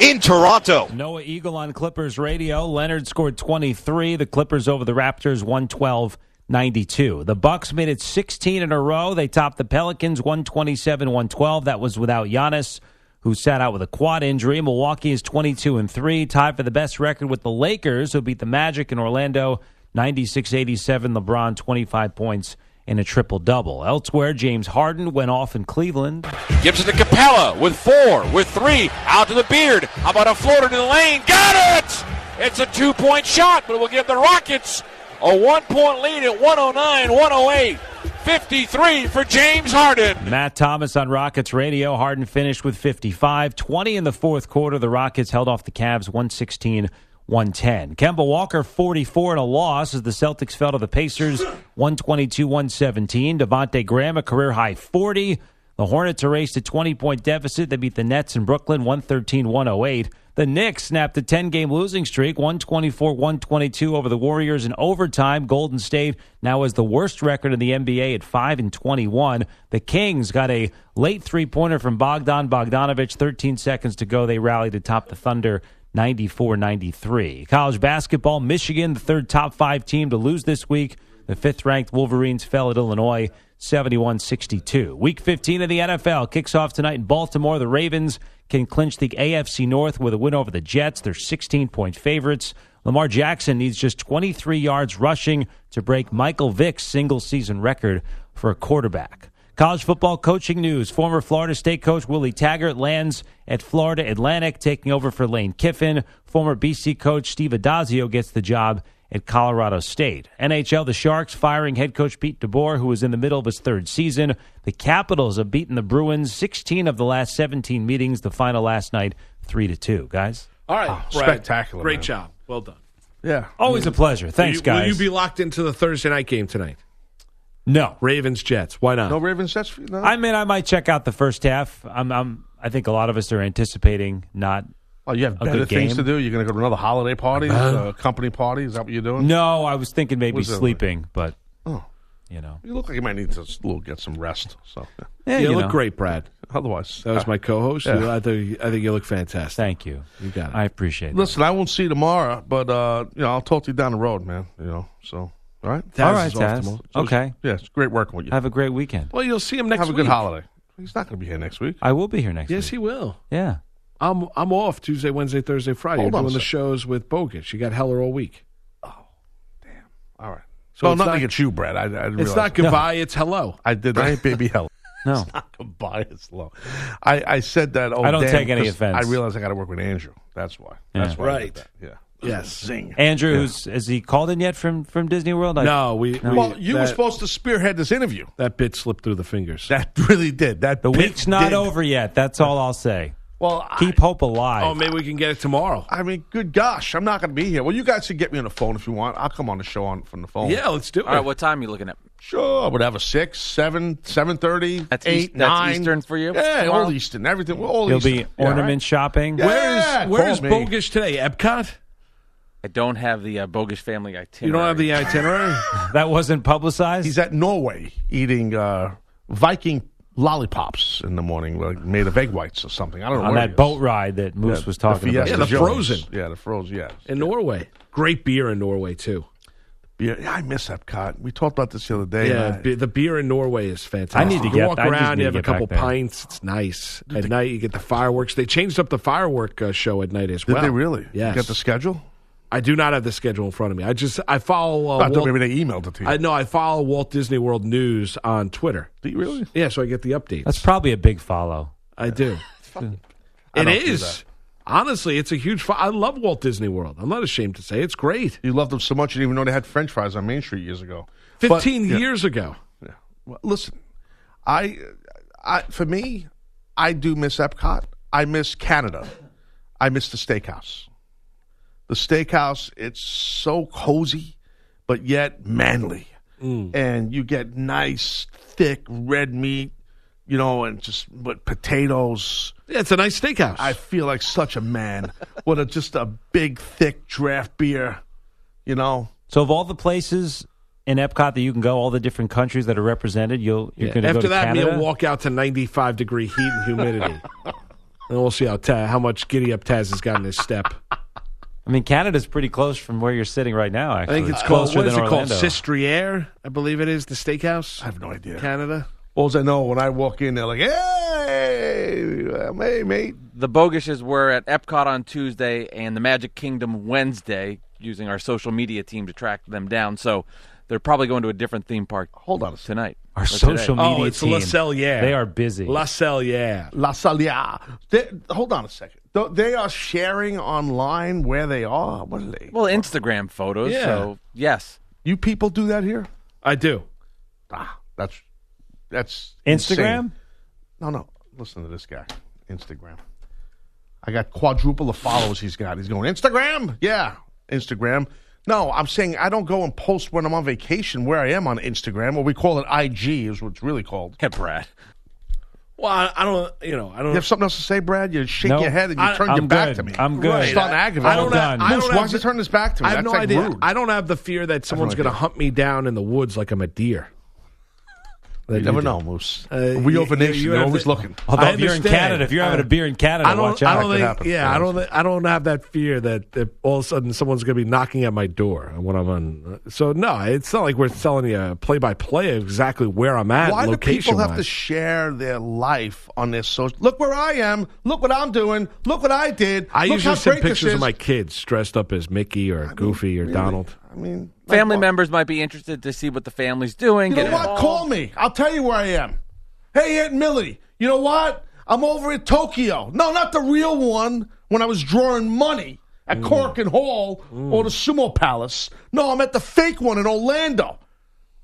Speaker 9: in Toronto.
Speaker 8: Noah Eagle on Clippers radio. Leonard scored 23. The Clippers over the Raptors 112 92. The Bucks made it 16 in a row. They topped the Pelicans 127 112. That was without Giannis, who sat out with a quad injury. Milwaukee is 22 and 3, tied for the best record with the Lakers, who beat the Magic in Orlando 96 87. LeBron 25 points in a triple double. Elsewhere, James Harden went off in Cleveland.
Speaker 10: Gibson to Capella with four, with three, out to the beard. How about a floater to the lane? Got it! It's a two point shot, but it will give the Rockets a one oh point lead at 109 108. 53 for James Harden.
Speaker 8: Matt Thomas on Rockets radio. Harden finished with 55 20 in the fourth quarter. The Rockets held off the Cavs 116 110. Kemba Walker 44 in a loss as the Celtics fell to the Pacers 122 117. Devontae Graham a career high 40. The Hornets erased a 20 point deficit. They beat the Nets in Brooklyn 113 108. The Knicks snapped a 10 game losing streak 124 122 over the Warriors in overtime. Golden State now has the worst record in the NBA at 5 and 21. The Kings got a late three pointer from Bogdan Bogdanovich 13 seconds to go. They rallied to top the Thunder 94 93. College basketball, Michigan, the third top five team to lose this week. The fifth ranked Wolverines fell at Illinois 71 62. Week 15 of the NFL kicks off tonight in Baltimore. The Ravens can clinch the AFC North with a win over the Jets. They're 16 point favorites. Lamar Jackson needs just 23 yards rushing to break Michael Vick's single season record for a quarterback. College football coaching news. Former Florida State coach Willie Taggart lands at Florida Atlantic, taking over for Lane Kiffin. Former BC coach Steve Adazio gets the job at Colorado State. NHL, the Sharks firing head coach Pete DeBoer, who is in the middle of his third season. The Capitals have beaten the Bruins 16 of the last 17 meetings, the final last night, 3 to 2. Guys?
Speaker 2: All right.
Speaker 6: Oh,
Speaker 2: Brad,
Speaker 6: spectacular,
Speaker 2: Great
Speaker 6: man.
Speaker 2: job. Well done.
Speaker 6: Yeah.
Speaker 8: Always a pleasure. Thanks,
Speaker 2: Will you-
Speaker 8: guys.
Speaker 2: Will you be locked into the Thursday night game tonight?
Speaker 8: No.
Speaker 2: Ravens Jets. Why not?
Speaker 6: No Ravens Jets. for you? No?
Speaker 8: I mean, I might check out the first half. I'm, I'm, I think a lot of us are anticipating not.
Speaker 6: Oh, you have
Speaker 8: a
Speaker 6: better
Speaker 8: good
Speaker 6: things
Speaker 8: game. Uh-huh.
Speaker 6: to do. You're going to go to another holiday party, uh, company party. Is that what you're doing?
Speaker 8: No, I was thinking maybe
Speaker 6: What's that like?
Speaker 8: sleeping, but
Speaker 6: Oh.
Speaker 8: you know,
Speaker 6: You look like you might need to s- little get some rest. So, yeah.
Speaker 8: Yeah,
Speaker 2: you,
Speaker 8: you
Speaker 2: look
Speaker 8: know.
Speaker 2: great, Brad.
Speaker 6: otherwise, uh,
Speaker 2: That was my co-host.
Speaker 6: eh, Yeah.
Speaker 2: You- I, think, I think you look fantastic.
Speaker 8: thank you.
Speaker 2: You got it.
Speaker 8: I appreciate it.
Speaker 6: Listen, I won't see you tomorrow, but uh, you know I'll talk to you down the road, man. You know, so all right.
Speaker 8: All
Speaker 2: Taz
Speaker 8: right,
Speaker 2: is off
Speaker 8: Taz.
Speaker 2: tomorrow.
Speaker 8: Okay.
Speaker 6: Yeah, it's great working with you.
Speaker 8: Have a great weekend.
Speaker 2: Well, you'll see him next
Speaker 6: Have a
Speaker 2: week.
Speaker 6: good holiday. He's not going to be here next week.
Speaker 8: I will be here next
Speaker 2: Yes,
Speaker 8: week.
Speaker 2: he will.
Speaker 8: yeah.
Speaker 2: I'm I'm off Tuesday, Wednesday, Thursday, Friday.
Speaker 6: Hold
Speaker 2: You're
Speaker 6: on
Speaker 2: doing
Speaker 6: a
Speaker 2: the
Speaker 6: sec.
Speaker 2: shows with Bogus. You got Heller all week.
Speaker 6: All right.
Speaker 2: So
Speaker 6: So
Speaker 2: it's
Speaker 6: nothing
Speaker 2: not-
Speaker 6: against you, Brad. I, I didn't
Speaker 2: It's
Speaker 6: realize
Speaker 2: not goodbye. It's hello.
Speaker 6: I did. I ain't baby hell.
Speaker 8: No.
Speaker 6: Goodbye, it's low. I, I said that. Oh,
Speaker 8: I don't
Speaker 6: damn,
Speaker 8: take any
Speaker 6: 'cause
Speaker 8: offense.
Speaker 6: I realized I got to work with Andrew. That's why. That's
Speaker 8: Yeah.
Speaker 6: why. I did
Speaker 2: Right.
Speaker 6: that. Yeah.
Speaker 2: Yes.
Speaker 6: Zing.
Speaker 8: Andrew, who's has he called in yet from from Disney World? I-
Speaker 2: No, we. we-
Speaker 6: well, you were
Speaker 2: that-
Speaker 6: supposed to spearhead this interview.
Speaker 2: That bit slipped through the fingers.
Speaker 6: That really did. That
Speaker 8: The
Speaker 6: bit
Speaker 8: week's not
Speaker 6: did.
Speaker 8: over yet. That's all I'll say.
Speaker 6: Well,
Speaker 8: Keep hope alive.
Speaker 2: oh, maybe we can get it tomorrow.
Speaker 6: I, I mean, good gosh, I'm not going to be here. Well, you guys can get me on the phone if you want. I'll come on the show on from the phone.
Speaker 2: Yeah, let's do it.
Speaker 3: All right, what time are you looking at?
Speaker 6: sure. Whatever, six, seven, seven thirty,
Speaker 3: That's
Speaker 6: eight,
Speaker 3: East- that's
Speaker 6: nine.
Speaker 3: Eastern for you
Speaker 6: Yeah,
Speaker 3: tomorrow?
Speaker 6: all Eastern. Everything. We're all
Speaker 8: He'll
Speaker 6: Eastern.
Speaker 8: be
Speaker 6: Yeah, all right.
Speaker 8: ornament shopping.
Speaker 6: Yeah.
Speaker 2: Where is where
Speaker 6: call
Speaker 2: is
Speaker 6: me.
Speaker 2: Bogus today? Epcot.
Speaker 3: I don't have the uh, bogus family itinerary.
Speaker 2: You don't have the itinerary.
Speaker 8: That wasn't publicized.
Speaker 6: He's at Norway eating uh, Viking lollipops in the morning, like made of egg whites or something. I don't know.
Speaker 8: on
Speaker 6: where
Speaker 8: that
Speaker 6: he
Speaker 8: boat
Speaker 6: is.
Speaker 8: ride that Moose was
Speaker 6: The
Speaker 8: talking about.
Speaker 6: Fiesta
Speaker 2: Yeah, the
Speaker 6: Jones.
Speaker 2: frozen.
Speaker 6: Yeah, the frozen. Yes.
Speaker 2: in Norway. Great beer in Norway too.
Speaker 6: Yeah, yeah, I miss Epcot. We talked about this the other day.
Speaker 2: Yeah,
Speaker 6: and I-
Speaker 2: be- the beer in Norway is fantastic.
Speaker 8: I need to
Speaker 2: you
Speaker 8: get-
Speaker 2: walk
Speaker 8: I just
Speaker 2: around,
Speaker 8: need
Speaker 2: you
Speaker 8: to
Speaker 2: have a
Speaker 8: get back
Speaker 2: couple
Speaker 8: there.
Speaker 2: pints. It's nice at night. You get the fireworks. They changed up the firework uh, show at night as
Speaker 6: did
Speaker 2: well.
Speaker 6: they really?
Speaker 2: Yes.
Speaker 6: Get the schedule?
Speaker 2: I do not have the schedule in front of me. I just I follow.
Speaker 6: Oh, I
Speaker 2: Uh,
Speaker 6: thought
Speaker 2: Walt,
Speaker 6: maybe they emailed it to you.
Speaker 2: I know I follow Walt Disney World News on Twitter.
Speaker 6: Do you really?
Speaker 2: Yeah, so I get the updates.
Speaker 8: That's probably a big follow.
Speaker 2: I do.
Speaker 6: I
Speaker 2: it
Speaker 6: don't do
Speaker 2: is.
Speaker 6: that.
Speaker 2: Honestly, it's a huge. Fo- I love Walt Disney World. I'm not ashamed to say it's great.
Speaker 6: You loved them so much you didn't even know they had French fries on Main Street years ago. But-
Speaker 2: Fifteen
Speaker 6: Yeah.
Speaker 2: years ago,
Speaker 6: Well, listen, I, I for me, I do miss Epcot. I miss Canada. I miss the steakhouse. The steakhouse, it's so cozy, but yet manly.
Speaker 8: Mm.
Speaker 6: And you get nice, thick red meat, you know, and just with potatoes.
Speaker 2: Yeah, it's a nice steakhouse.
Speaker 6: I feel like such a man. what a just a big, thick draft beer, you know.
Speaker 8: So, of all the places in Epcot that you can go, all the different countries that are represented, you'll you're going to go
Speaker 2: After
Speaker 8: to
Speaker 2: that
Speaker 8: Canada.
Speaker 2: meal, walk out to 95 degree heat and humidity. and we'll see how ta- how much giddy up Taz has got in his step.
Speaker 8: I mean, Canada's pretty close from where you're sitting right now.
Speaker 2: I
Speaker 8: Actually,
Speaker 2: think it's called,
Speaker 8: closer
Speaker 2: Uh, what is
Speaker 8: than
Speaker 2: it called?
Speaker 8: Orlando.
Speaker 2: Sistriere, I believe it is, the steakhouse. I have
Speaker 6: no idea.
Speaker 2: Canada.
Speaker 6: All I know when I walk in, they're like, "Hey, um, hey, mate."
Speaker 3: The Bogishes were at Epcot on Tuesday and the Magic Kingdom Wednesday, using our social media team to track them down. So they're probably going to a different theme park. Hold on tonight.
Speaker 8: Our
Speaker 3: or
Speaker 8: social
Speaker 3: today.
Speaker 8: media
Speaker 2: oh, it's
Speaker 8: team.
Speaker 2: La Celliere.
Speaker 8: They are busy.
Speaker 2: La Celliere.
Speaker 6: La Salia. They, hold on a second. Th- They are sharing online where they are. What are they?
Speaker 3: Well, Instagram photos.
Speaker 6: Yeah.
Speaker 3: So yes,
Speaker 6: You people do that here?
Speaker 2: I do.
Speaker 6: Ah, that's that's
Speaker 8: Instagram?
Speaker 6: insane. No, no. Listen to this guy. Instagram. I got quadruple the followers he's got. He's going Instagram. Yeah, Instagram. No, I'm saying I don't go and post when I'm on vacation where I am on Instagram, or we call it IG, is what it's really called.
Speaker 3: Yeah, Brad.
Speaker 2: Well, I, I don't, you know, I don't.
Speaker 6: You have something else to say, Brad? You shake
Speaker 2: No.
Speaker 6: your head and you
Speaker 2: I-
Speaker 6: turn
Speaker 2: I'm
Speaker 6: your back
Speaker 2: good.
Speaker 6: to me.
Speaker 2: I'm good.
Speaker 6: You're starting to
Speaker 2: Right.
Speaker 6: aggravate
Speaker 2: I don't
Speaker 6: me.
Speaker 2: have- I don't
Speaker 6: Moose, why
Speaker 2: have
Speaker 6: don't you
Speaker 2: the-
Speaker 6: turn this back to me?
Speaker 2: I have
Speaker 6: That's
Speaker 2: no
Speaker 6: like
Speaker 2: idea.
Speaker 6: rude.
Speaker 2: I don't have the fear that someone's going to hunt me down in the woods like I'm a deer.
Speaker 6: You never know, Moose. we over
Speaker 2: Uh,
Speaker 6: nation,
Speaker 2: you
Speaker 6: you're
Speaker 2: have
Speaker 6: always
Speaker 2: the-
Speaker 6: looking.
Speaker 8: Although
Speaker 2: I
Speaker 8: if you're in
Speaker 2: understand.
Speaker 8: Canada, if you're having
Speaker 2: I-
Speaker 8: a beer in Canada,
Speaker 2: I don't,
Speaker 8: watch out. That
Speaker 2: I don't
Speaker 8: could
Speaker 2: think,
Speaker 8: happen.
Speaker 2: yeah, I don't. thi- I don't have that fear that, that all of a sudden someone's going to be knocking at my door when I'm on. uh, So no, it's not like we're selling you a play by play of exactly where I'm at.
Speaker 6: Why do
Speaker 2: location
Speaker 6: people have to share their life on their social? Look where I am. Look what I'm doing. Look what I did.
Speaker 2: I
Speaker 6: look
Speaker 2: usually
Speaker 6: how
Speaker 2: send
Speaker 6: great this
Speaker 2: pictures
Speaker 6: is.
Speaker 2: of my kids dressed up as Mickey or Goofy or Donald.
Speaker 6: I mean,
Speaker 3: Family members might be interested to see what the family's doing.
Speaker 6: you know
Speaker 3: get
Speaker 6: what?
Speaker 3: involved.
Speaker 6: Call me. I'll tell you where I am. Hey, Aunt Millie. You know what? I'm over at Tokyo. No, not the real one. When I was drawing money at Cork and Hall or the Sumo Palace. No, I'm at the fake one in Orlando.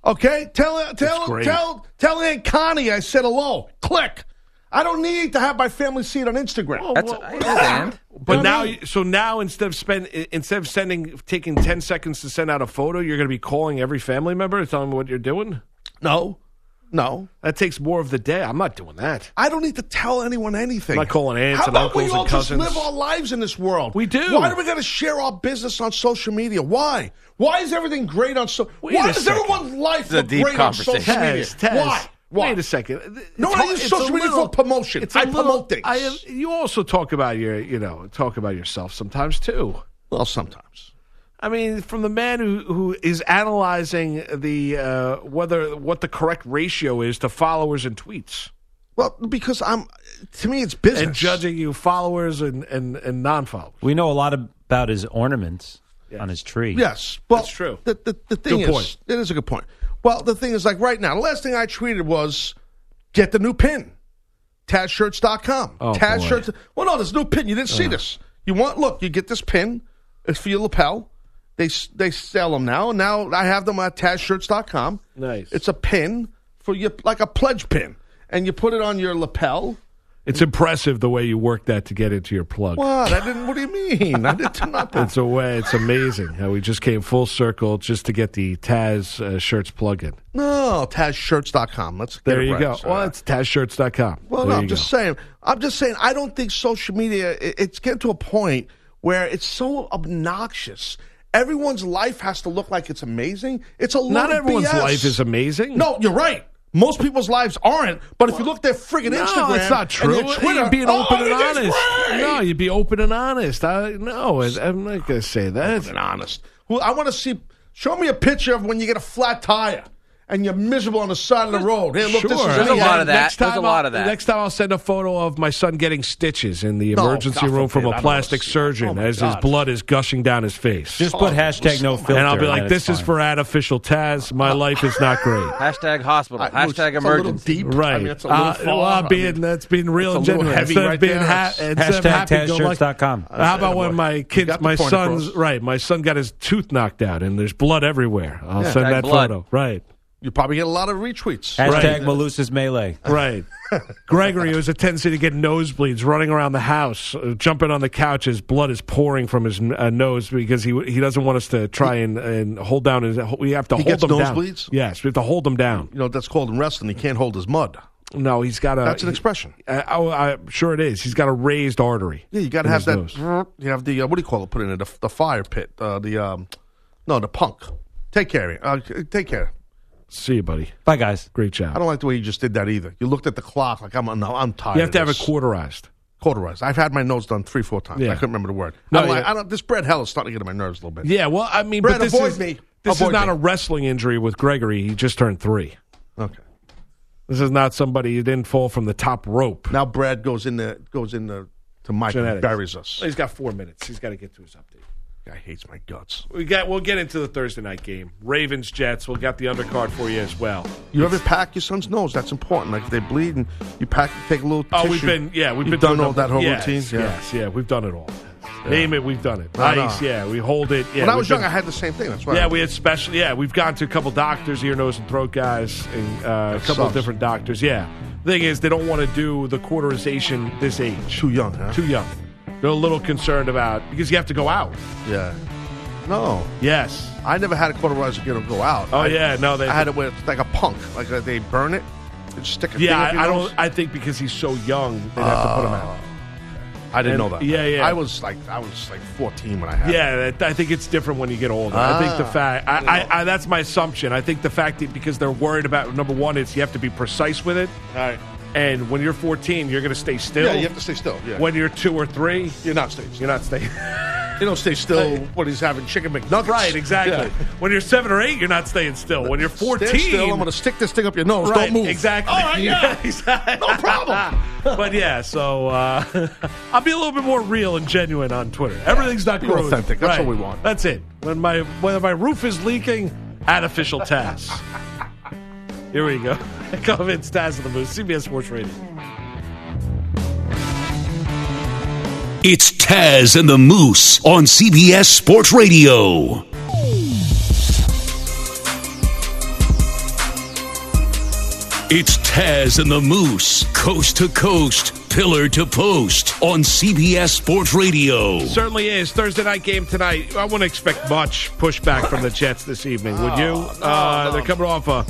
Speaker 6: Okay, tell uh, tell
Speaker 2: great.
Speaker 6: tell tell Aunt Connie I said hello. Click. I don't need to have my family see it on Instagram.
Speaker 3: That's I understand.
Speaker 2: But
Speaker 6: No,
Speaker 2: now,
Speaker 6: no.
Speaker 2: so now instead of spend instead of sending taking ten seconds to send out a photo, you're going to be calling every family member to tell them what you're doing.
Speaker 6: No, no.
Speaker 2: That takes more of the day. I'm not doing that.
Speaker 6: I don't need to tell anyone anything.
Speaker 2: I'm not calling aunts
Speaker 6: How
Speaker 2: and
Speaker 6: about we
Speaker 2: uncles and
Speaker 6: all just
Speaker 2: cousins.
Speaker 6: live our lives in this world?
Speaker 2: We do.
Speaker 6: Why do we got to share our business on social media? Why? Why is everything great on social?
Speaker 2: Wait
Speaker 6: Why
Speaker 2: a
Speaker 6: does
Speaker 2: second.
Speaker 6: everyone's life
Speaker 3: is a
Speaker 6: look
Speaker 3: deep
Speaker 6: great on social
Speaker 3: conversation.
Speaker 6: media?
Speaker 2: Tez, Tez,
Speaker 6: Oh, Why? Why?
Speaker 2: Wait a second.
Speaker 6: No,
Speaker 2: It's
Speaker 6: I
Speaker 2: hard-
Speaker 6: use
Speaker 2: it's
Speaker 6: social
Speaker 2: a
Speaker 6: media for
Speaker 2: little-
Speaker 6: promotion.
Speaker 2: it's a
Speaker 6: I
Speaker 2: little-
Speaker 6: promote things.
Speaker 2: I am- you also talk about your, you know, talk about yourself sometimes too.
Speaker 6: Well, sometimes.
Speaker 2: I mean, from the man who, who is analyzing the uh, whether what the correct ratio is to followers and tweets,
Speaker 6: Well, because I'm. To me, it's business.
Speaker 2: and judging you followers and and, and non-followers.
Speaker 8: We know a lot about his ornaments on his tree.
Speaker 6: Yes. Well,
Speaker 2: That's true.
Speaker 6: The, the, the thing
Speaker 2: Good
Speaker 6: is,
Speaker 2: point.
Speaker 6: it is a good point. Well, the thing is, like right now, the last thing I tweeted was get the new pin, tazshirts.com.
Speaker 2: Oh, boy.
Speaker 6: Tazshirts. Well, no, this new pin. You didn't see this. You want, look, you get this pin. It's for your lapel. They, s- they sell them now. Now I have them at tazshirts.com.
Speaker 2: Nice.
Speaker 6: It's a pin for your, like a pledge pin. And you put it on your lapel.
Speaker 2: It's impressive the way you work that to get into your plug.
Speaker 6: What? I didn't, what do you mean? I didn't do nothing.
Speaker 2: It's a way. It's amazing how we just came full circle just to get the Taz uh, shirts plug-in.
Speaker 6: No, tazshirts.com. Let's get
Speaker 2: There
Speaker 6: it
Speaker 2: you
Speaker 6: right.
Speaker 2: go.
Speaker 6: So-
Speaker 2: Well, it's TazShirts.com.
Speaker 6: Well,
Speaker 2: There
Speaker 6: no,
Speaker 2: you
Speaker 6: I'm just
Speaker 2: go.
Speaker 6: saying. I'm just saying. I don't think social media. i- It's getting to a point where it's so obnoxious. Everyone's life has to look like it's amazing. It's a load
Speaker 2: Not
Speaker 6: of
Speaker 2: everyone's
Speaker 6: BS.
Speaker 2: life is amazing.
Speaker 6: No, you're right. Most people's lives aren't. But if you look at their friggin'
Speaker 2: No,
Speaker 6: Instagram,
Speaker 2: it's not true.
Speaker 6: And their Twitter,
Speaker 2: you'd be an
Speaker 6: "Oh,
Speaker 2: open and
Speaker 6: everything's
Speaker 2: honest.
Speaker 6: great!"
Speaker 2: No, you'd be open and honest. I, no, I- I'm not going to say that.
Speaker 6: and honest. Who I want to see. Show me a picture of when you get a flat tire and you're miserable on the side of the road. Hey, look,
Speaker 2: sure.
Speaker 6: this is
Speaker 3: There's a
Speaker 6: me.
Speaker 3: lot
Speaker 6: I-
Speaker 3: of that.
Speaker 2: Next
Speaker 3: There's
Speaker 2: time
Speaker 3: a lot
Speaker 2: I'll-
Speaker 3: of that.
Speaker 2: Next time I'll send a photo of my son getting stitches in the
Speaker 6: No,
Speaker 2: emergency
Speaker 6: Oh, God
Speaker 2: room from
Speaker 6: forbid. I
Speaker 2: a
Speaker 6: don't
Speaker 2: plastic
Speaker 6: wanna see that.
Speaker 2: surgeon
Speaker 6: Oh, my
Speaker 2: as his
Speaker 6: God.
Speaker 2: blood is gushing down his face.
Speaker 8: Just put hashtag no filter.
Speaker 2: and I'll be like,
Speaker 8: then
Speaker 2: this
Speaker 8: it's
Speaker 2: is
Speaker 8: fine.
Speaker 2: for ad official Taz.
Speaker 6: Uh,
Speaker 2: My life is not great.
Speaker 3: Hashtag hospital.
Speaker 6: I- it's
Speaker 3: hashtag
Speaker 6: a little
Speaker 3: emergency.
Speaker 6: Deep.
Speaker 2: Right.
Speaker 6: I mean, it's a little
Speaker 2: Uh,
Speaker 6: far.
Speaker 2: well, I'm
Speaker 6: I
Speaker 2: being,
Speaker 6: mean,
Speaker 2: that's being real
Speaker 6: it's a
Speaker 2: and
Speaker 6: little
Speaker 2: genuine.
Speaker 6: heavy
Speaker 2: Instead of
Speaker 6: right
Speaker 2: being
Speaker 6: there.
Speaker 2: ha-
Speaker 6: It's-
Speaker 2: instead
Speaker 8: Hashtag
Speaker 2: of happy-go-lucky-
Speaker 8: tazshirts.com.
Speaker 2: How about when my kids,
Speaker 6: got the
Speaker 2: my
Speaker 6: point
Speaker 2: son's
Speaker 6: across.
Speaker 2: right, my son got his tooth knocked out and there's blood everywhere. I'll send
Speaker 3: Hashtag
Speaker 2: that
Speaker 3: blood.
Speaker 2: photo. Right.
Speaker 6: You probably get a lot of retweets.
Speaker 8: Hashtag Malusis Melee.
Speaker 2: Right. Gregory, who has a tendency to get nosebleeds, running around the house, uh, jumping on the couches. Blood is pouring from his uh, nose because he he doesn't want us to try and, and hold down his. We have to
Speaker 6: He
Speaker 2: hold
Speaker 6: gets
Speaker 2: them down.
Speaker 6: nosebleeds?
Speaker 2: Yes, we have to hold them down.
Speaker 6: You know that's called in wrestling. He can't hold his mud.
Speaker 2: No, he's got a.
Speaker 6: That's an expression.
Speaker 2: I, I, I'm uh, sure it is. He's got a raised artery.
Speaker 6: Yeah, you got to
Speaker 2: in
Speaker 6: have
Speaker 2: his
Speaker 6: that.
Speaker 2: nose.
Speaker 6: You have the uh, what do you call it? Put in it the, the fire pit. Uh, the um, no, the punk. Take care. of it. Uh, take care.
Speaker 2: See you, buddy.
Speaker 8: Bye, guys.
Speaker 2: Great job.
Speaker 6: I don't like the way you just did that either. You looked at the clock like I'm. No, I'm tired.
Speaker 2: You have to
Speaker 6: of
Speaker 2: have it
Speaker 6: this.
Speaker 2: quarterized.
Speaker 6: Quarterized. I've had my nose done three, four times.
Speaker 2: Yeah.
Speaker 6: I couldn't remember the word.
Speaker 2: No,
Speaker 6: I, don't like,
Speaker 2: yeah.
Speaker 6: I don't. This bread hell is starting to get on my nerves a little bit.
Speaker 2: Yeah, well, I mean,
Speaker 6: Brett,
Speaker 2: but this
Speaker 6: avoid
Speaker 2: is,
Speaker 6: me.
Speaker 2: This
Speaker 6: Avoid
Speaker 2: is not
Speaker 6: me.
Speaker 2: a wrestling injury with Gregory. He just turned three.
Speaker 6: Okay.
Speaker 2: This is not somebody who didn't fall from the top rope.
Speaker 6: Now Brad goes in the goes in the to Mike and
Speaker 2: Genetics.
Speaker 6: buries us.
Speaker 2: He's got four minutes. He's got to get to his update.
Speaker 6: Guy hates my guts.
Speaker 2: We got. We'll get into the Thursday night game. Ravens Jets. We'll got the undercard for you as well.
Speaker 6: You ever pack your son's nose? That's important. Like if they bleed and you pack, take a little.
Speaker 2: Oh,
Speaker 6: tissue.
Speaker 2: we've been. Yeah, we've been
Speaker 6: You've done
Speaker 2: doing
Speaker 6: all that whole
Speaker 2: yes,
Speaker 6: routine. Yeah.
Speaker 2: Yes, yeah, we've done it all. Name it, we've done it.
Speaker 6: No, no.
Speaker 2: Ice, yeah, we hold it. Yeah,
Speaker 6: when I
Speaker 2: we've
Speaker 6: was young,
Speaker 2: been-
Speaker 6: I had the same thing. That's why.
Speaker 2: Yeah, we had special. Yeah, we've gone to a couple doctors, ear, nose, and throat guys, and uh, a couple
Speaker 6: sucks.
Speaker 2: of different doctors. Yeah, thing is, they don't want to do the quarterization this age.
Speaker 6: too young. Huh?
Speaker 2: Too young. They're a little concerned about because you have to go out.
Speaker 6: Yeah. No,
Speaker 2: Yes.
Speaker 6: I never had a quarterizer get to go out.
Speaker 2: Oh
Speaker 6: I-
Speaker 2: yeah. No, they.
Speaker 6: I had it with like a punk. Like uh, they burn it, they just stick a
Speaker 2: yeah,
Speaker 6: thing
Speaker 2: I,
Speaker 6: up
Speaker 2: I
Speaker 6: your
Speaker 2: don't.
Speaker 6: nose.
Speaker 2: I think because he's so young, they would have to put him out.
Speaker 6: I didn't
Speaker 2: and-
Speaker 6: know that.
Speaker 2: yeah, yeah.
Speaker 6: I was like, I was like 14 when I had. it.
Speaker 2: Yeah, that, I think it's different when you get older. I think the
Speaker 6: Oh. Ah.
Speaker 2: fact I, I, I, that's my assumption. I think the fact that because they're worried about number one, it's you have to be precise with it,
Speaker 6: Right.
Speaker 2: and when you're 14, you're going to stay still.
Speaker 6: Yeah, you have to stay still. Yeah.
Speaker 2: When you're two or three,
Speaker 6: you're not staying, still.
Speaker 2: you're not staying.
Speaker 6: you don't stay still when he's having chicken McNuggets.
Speaker 2: right, exactly.
Speaker 6: Yeah.
Speaker 2: When you're seven or eight, you're not staying still. When you're 14,
Speaker 6: Stand still. I'm going to stick this thing up your nose.
Speaker 2: right,
Speaker 6: don't move.
Speaker 2: Exactly.
Speaker 6: All right, yeah.
Speaker 2: exactly.
Speaker 6: No problem.
Speaker 2: but yeah, so uh, I'll be a little bit more real and genuine on Twitter. Everything's not
Speaker 6: Be
Speaker 2: gross.
Speaker 6: authentic. That's what we want.
Speaker 2: That's it. When my when my roof is leaking, add official Taz. Here we go. Come in, Taz of the Moose, CBS Sports Radio.
Speaker 4: It's Taz and the Moose on CBS Sports Radio. It's Taz and the Moose, coast to coast, pillar to post on CBS Sports Radio.
Speaker 2: Certainly is. Thursday night game tonight. I wouldn't expect much pushback from the Jets this evening, would you? uh, They're coming off a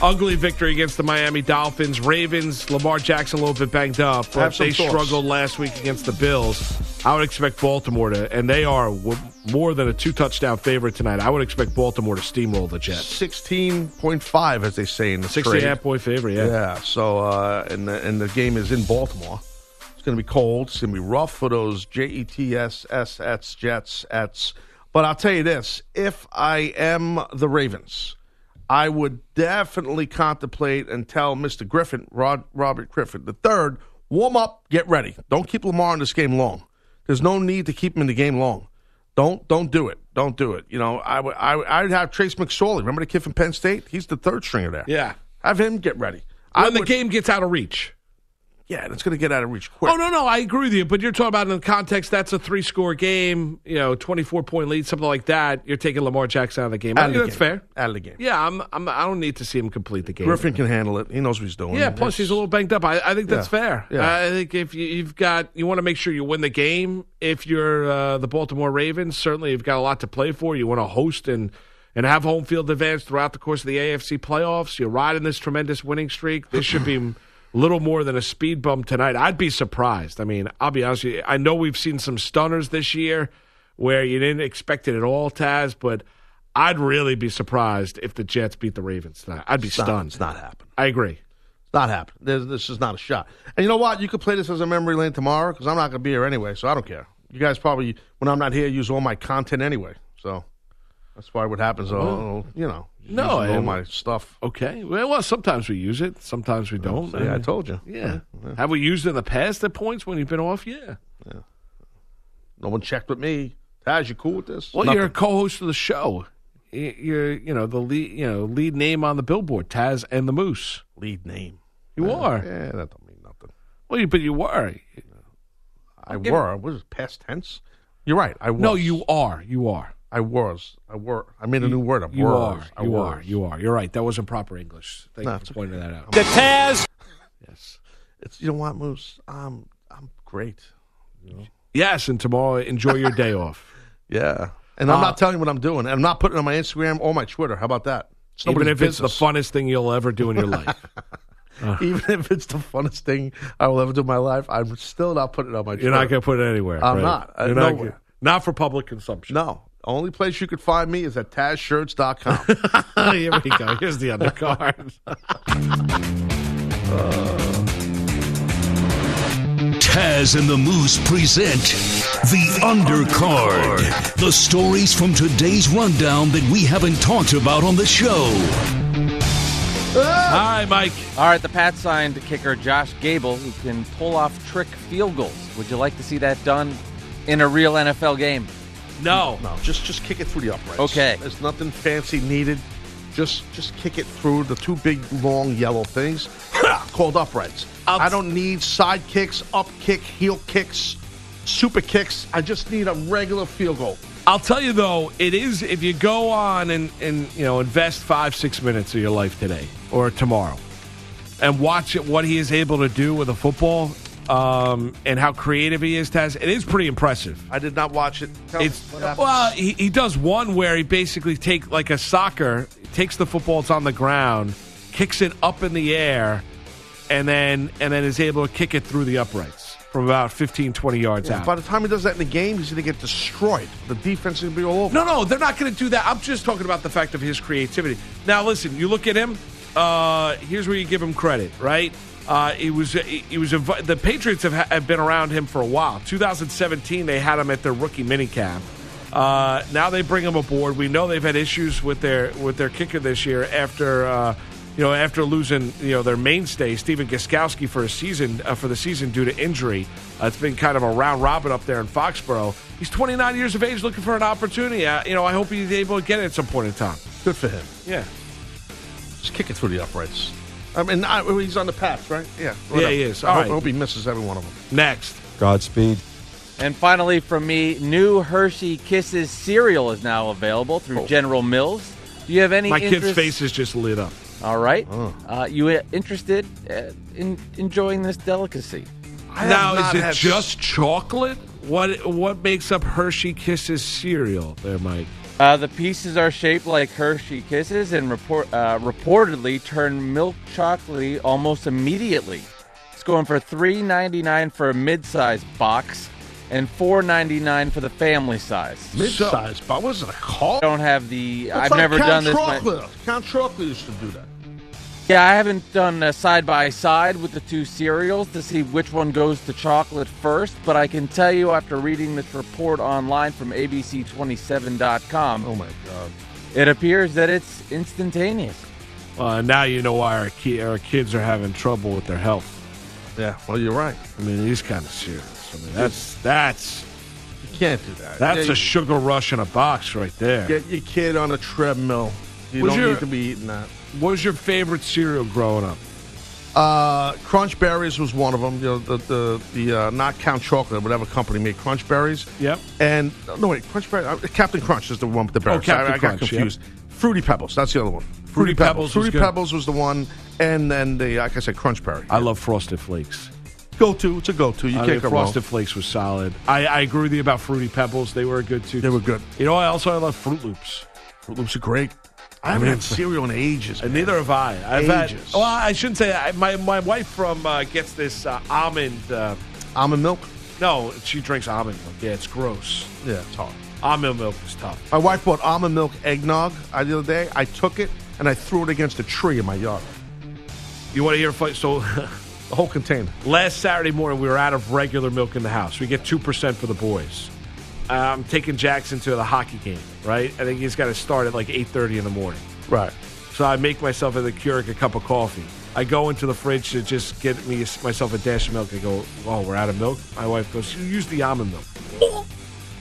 Speaker 2: ugly victory against the Miami Dolphins. Ravens, Lamar Jackson a little bit banged up.
Speaker 6: I have
Speaker 2: But they
Speaker 6: some thoughts.
Speaker 2: struggled last week against the Bills. I would expect Baltimore to, and they are w- more than a two touchdown favorite tonight. I would expect Baltimore to steamroll the Jets.
Speaker 6: 16.5, as they say in the
Speaker 2: Six and a
Speaker 6: trade.
Speaker 2: half point favorite, yeah.
Speaker 6: Yeah. So, uh, and the, and the game is in Baltimore. It's going to be cold. It's going to be rough for those J E T S S S Jets Ets. But I'll tell you this: if I am the Ravens, I would definitely contemplate and tell Mister Griffin, Rod, Robert Griffin the third, warm up, get ready. Don't keep Lamar in this game long. There's no need to keep him in the game long. Don't don't do it. Don't do it. You know, I would I would I'd have Trace McSorley. Remember the kid from Penn State? He's the third stringer there.
Speaker 2: Yeah.
Speaker 6: Have him get ready.
Speaker 2: When
Speaker 6: I
Speaker 2: Uh, the
Speaker 6: would-
Speaker 2: game gets out of reach.
Speaker 6: Yeah, and it's going to get out of reach quick.
Speaker 2: Oh no, no, I agree with you. But you're talking about in the context that's a three score game, you know, twenty four point lead, something like that. You're taking Lamar Jackson out of the game. I
Speaker 6: Out of
Speaker 2: think
Speaker 6: the
Speaker 2: that's
Speaker 6: game.
Speaker 2: fair.
Speaker 6: Out of the game.
Speaker 2: Yeah, I'm, I'm. I don't need to see him complete the game.
Speaker 6: Griffin can handle it. He knows what he's doing.
Speaker 2: Yeah. Plus, he's a little banged up. I, I think that's
Speaker 6: Yeah.
Speaker 2: fair.
Speaker 6: Yeah.
Speaker 2: I think if you, you've got, you want to make sure you win the game. If you're uh, the Baltimore Ravens, certainly you've got a lot to play for. You want to host and and have home field advantage throughout the course of the AFC playoffs. You're riding this tremendous winning streak. This should be. Little more than a speed bump tonight. I'd be surprised. I mean, I'll be honest with you. I know we've seen some stunners this year where you didn't expect it at all, Taz, but I'd really be surprised if the Jets beat the Ravens tonight. I'd be
Speaker 6: not-
Speaker 2: stunned.
Speaker 6: it's not happening.
Speaker 2: I agree.
Speaker 6: It's not happening. This, this is not a shot. And you know what? You could play this as a memory lane tomorrow because I'm not going to be here anyway, so I don't care. You guys probably, when I'm not here, use all my content anyway. So that's why what happens. Oh, you know,
Speaker 2: No,
Speaker 6: using all
Speaker 2: and-
Speaker 6: my stuff.
Speaker 2: Okay. Well, well, sometimes we use it, sometimes we don't.
Speaker 6: Oh, Yeah, I told you.
Speaker 2: Yeah. Have we used it in the past at points when you've been off? Yeah.
Speaker 6: No one checked with me. Taz, you cool with this?
Speaker 2: Well,
Speaker 6: Nothing.
Speaker 2: you're a co-host of the show. Y- You're, you know, the lead, you know, lead name on the billboard, Taz and the Moose.
Speaker 6: lead name.
Speaker 2: You are.
Speaker 6: Yeah, that don't mean nothing.
Speaker 2: Well, you, but you were.
Speaker 6: I were. What is it, past tense? You're right. I was.
Speaker 2: No, you are. You are.
Speaker 6: I was. I were. I made a new word up.
Speaker 2: You
Speaker 6: was.
Speaker 2: are.
Speaker 6: I
Speaker 2: You
Speaker 6: was.
Speaker 2: are. You are. You're right. That wasn't proper English. Thank
Speaker 6: No,
Speaker 2: you
Speaker 6: it's
Speaker 2: for pointing that out.
Speaker 6: The Taz.
Speaker 2: Yes.
Speaker 6: It's you know what, Moose? I'm I'm great.
Speaker 2: Yes, and tomorrow enjoy your day off.
Speaker 6: Yeah. And
Speaker 2: Ah.
Speaker 6: I'm not telling you what I'm doing. And I'm not putting it on my Instagram or my Twitter. How about that? It's
Speaker 2: Even
Speaker 6: nobody's
Speaker 2: if it's the
Speaker 6: business.
Speaker 2: funnest thing you'll ever do in your life.
Speaker 6: even if it's the funnest thing I will ever do in my life, I'm still not putting it on my.
Speaker 2: You're not gonna put it anywhere,
Speaker 6: I'm
Speaker 2: right.
Speaker 6: not. Uh,
Speaker 2: You're not
Speaker 6: nowhere.
Speaker 2: gonna- not for public consumption.
Speaker 6: No. Only place you could find me is at TazShirts.com.
Speaker 2: Here we go. Here's the undercard.
Speaker 4: Taz and the Moose present The Undercard. The stories from today's rundown that we haven't talked about on the show.
Speaker 11: Ah!
Speaker 2: Hi, Mike.
Speaker 3: All right, the Pats signed kicker Josh Gable, who can pull off trick field goals. Would you like to see that done in a real NFL game?
Speaker 2: No,
Speaker 6: no. Um, Just just kick it through the uprights.
Speaker 3: Okay.
Speaker 6: There's nothing fancy needed. Just just kick it through the two big long yellow things called uprights. I don't need side kicks, up kick, heel kicks, super kicks. I just need a regular field goal.
Speaker 2: I'll tell you though, it is if you go on and, and you know invest five six minutes of your life today or tomorrow, and watch it, what he is able to do with a football um, and how creative he is. Taz, it is pretty impressive.
Speaker 6: I did not watch it. Tell
Speaker 2: It's
Speaker 6: me what happened.
Speaker 2: well, he, he does one where he basically take like a soccer takes the football, it's on the ground, kicks it up in the air, and then and then is able to kick it through the uprights from about 15, 20 yards
Speaker 6: Yeah,
Speaker 2: out.
Speaker 6: By the time he does that in the game, he's going to get destroyed. The defense is going to be all over.
Speaker 2: No, no, they're not going to do that. I'm just talking about the fact of his creativity. Now, listen, you look at him. Uh, here's where you give him credit, right? Uh, he was he was invi- the Patriots have, have been around him for a while. 2017, they had him at their rookie minicamp. Uh, now they bring him aboard. We know they've had issues with their with their kicker this year after uh, you know after losing you know their mainstay Steven Gaskowski for a season uh, for the season due to injury. Uh, it's been kind of a round robin up there in Foxborough. He's 29 years of age, looking for an opportunity. Uh, you know, I hope he's able to get it at some point in time.
Speaker 6: Good for him.
Speaker 2: Yeah,
Speaker 6: Just kick it through the uprights. I mean, I, he's on the pass, right? Yeah.
Speaker 2: yeah,
Speaker 6: whatever.
Speaker 2: he is.
Speaker 6: I
Speaker 2: All
Speaker 6: hope,
Speaker 2: right.
Speaker 6: I hope he misses every one of them.
Speaker 2: Next.
Speaker 11: Godspeed.
Speaker 3: And finally, from me, new Hershey Kisses cereal is now available through
Speaker 6: Oh.
Speaker 3: General Mills. Do you have any?
Speaker 2: My kid's
Speaker 3: interest-
Speaker 2: face is just lit up.
Speaker 3: All right.
Speaker 6: Oh.
Speaker 3: Uh, you uh, interested uh, in enjoying this delicacy?
Speaker 2: now, is it just chocolate? What what makes up Hershey Kisses cereal? There, Mike.
Speaker 3: Uh, the pieces are shaped like Hershey Kisses and report, uh, reportedly turn milk chocolatey almost immediately. It's going for three ninety nine for a mid-size box and four ninety nine for the family size.
Speaker 6: Mid-size, but was it a
Speaker 3: I
Speaker 6: call?
Speaker 3: don't have the.
Speaker 6: That's
Speaker 3: I've
Speaker 6: like
Speaker 3: never
Speaker 6: Count
Speaker 3: done this. my-
Speaker 6: Trockley. Count Trockley used to do that.
Speaker 3: yeah, I haven't done a side by side with the two cereals to see which one goes to chocolate first, but I can tell you after reading this report online from ABC27.com. Oh
Speaker 6: my God.
Speaker 3: It appears that it's instantaneous.
Speaker 2: Uh, now you know why our, ki- our kids are having trouble with their health.
Speaker 6: Yeah, well, you're right.
Speaker 2: I mean, it is kind of serious. I mean, that's that's
Speaker 6: You can't do that.
Speaker 2: that's
Speaker 6: Yeah,
Speaker 2: a sugar rush in a box right there.
Speaker 6: Get your kid on a treadmill. You
Speaker 2: What's
Speaker 6: don't
Speaker 2: your-
Speaker 6: need to be eating that.
Speaker 2: What was your favorite cereal growing up?
Speaker 6: Uh, Crunch Berries was one of them. You know, the the, the uh, not Count Chocolate, whatever company made Crunch Berries.
Speaker 2: Yep.
Speaker 6: And no wait, Crunch Berries. Uh, Captain Crunch is the one with the berries.
Speaker 2: Oh, Captain
Speaker 6: I, I got
Speaker 2: Crunch, yeah.
Speaker 6: confused. Fruity Pebbles. That's the other one.
Speaker 2: Fruity Pebbles was
Speaker 6: Fruity
Speaker 2: good.
Speaker 6: Pebbles was the one, and then the like I said, Crunch Berry.
Speaker 2: I love Frosted Flakes.
Speaker 6: Uh, Go to. It's a go to. You
Speaker 2: I
Speaker 6: can't
Speaker 2: mean,
Speaker 6: go
Speaker 2: Frosted
Speaker 6: wrong.
Speaker 2: Flakes was solid. I, I agree with you about Fruity Pebbles. They were good too. They
Speaker 6: were good.
Speaker 2: You know, I also I love Fruit Loops.
Speaker 6: Fruit Loops are great. I
Speaker 2: I
Speaker 6: haven't
Speaker 2: mean,
Speaker 6: had cereal in ages.
Speaker 2: And
Speaker 6: man.
Speaker 2: neither have I. I've
Speaker 6: Ages.
Speaker 2: had. Well, I shouldn't say. I, my my wife from uh, gets this uh, almond. Uh,
Speaker 6: almond milk.
Speaker 2: No, she drinks almond milk. Yeah, it's gross.
Speaker 6: Yeah, it's hard.
Speaker 2: Almond milk is tough.
Speaker 6: My wife bought almond milk eggnog uh, the other day. I took it and I threw it against a tree in my yard.
Speaker 2: You want to hear a funny? So,
Speaker 6: the whole container.
Speaker 2: Last Saturday morning, we were out of regular milk in the house. We get two percent for the boys. I'm taking Jackson to the hockey game. Right? I think he's got to start at like eight thirty in the morning.
Speaker 6: Right.
Speaker 2: So I make myself at the Keurig a cup of coffee. I go into the fridge to just get me myself a dash of milk. I go, oh, we're out of milk. My wife goes, you use the almond milk.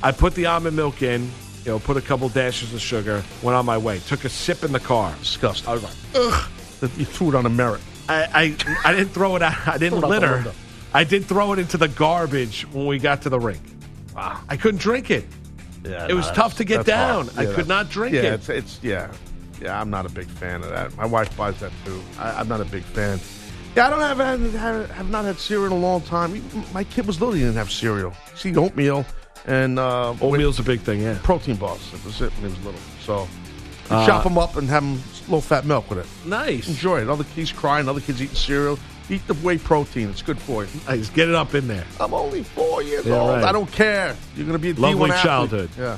Speaker 2: I put the almond milk in, you know, put a couple dashes of sugar, went on my way. Took a sip in the car.
Speaker 6: Disgusting.
Speaker 2: I was like,
Speaker 6: Ugh. You threw it on a merit.
Speaker 2: I, I, I didn't throw it out. I didn't
Speaker 6: Throw it out the
Speaker 2: litter.
Speaker 6: window.
Speaker 2: I did throw it into the garbage when we got to the rink. I couldn't drink it.
Speaker 6: Yeah,
Speaker 2: It was
Speaker 6: no,
Speaker 2: tough to get
Speaker 6: that's hard.
Speaker 2: down. I
Speaker 6: Yeah,
Speaker 2: could
Speaker 6: that's-
Speaker 2: not drink
Speaker 6: yeah,
Speaker 2: it.
Speaker 6: It's, it's yeah, yeah. I'm not a big fan of that. My wife buys that too. I, I'm not a big fan. Yeah, I don't have, I have have not had cereal in a long time. Even- My kid was little; he didn't have cereal. See oatmeal and uh,
Speaker 2: oatmeal's a big thing. Yeah,
Speaker 6: protein bars. That was it when he was little. So you
Speaker 2: Uh,
Speaker 6: chop them up and have them low fat milk with it.
Speaker 2: Nice.
Speaker 6: Enjoy it. Other kids crying. Other kids eating cereal. Eat the whey protein. It's good for you.
Speaker 2: Nice. Get it up in there.
Speaker 6: I'm only four years
Speaker 2: Yeah,
Speaker 6: old.
Speaker 2: right.
Speaker 6: I don't care. You're gonna be a
Speaker 2: Lovely
Speaker 6: D1 athlete.
Speaker 2: childhood.
Speaker 6: Yeah.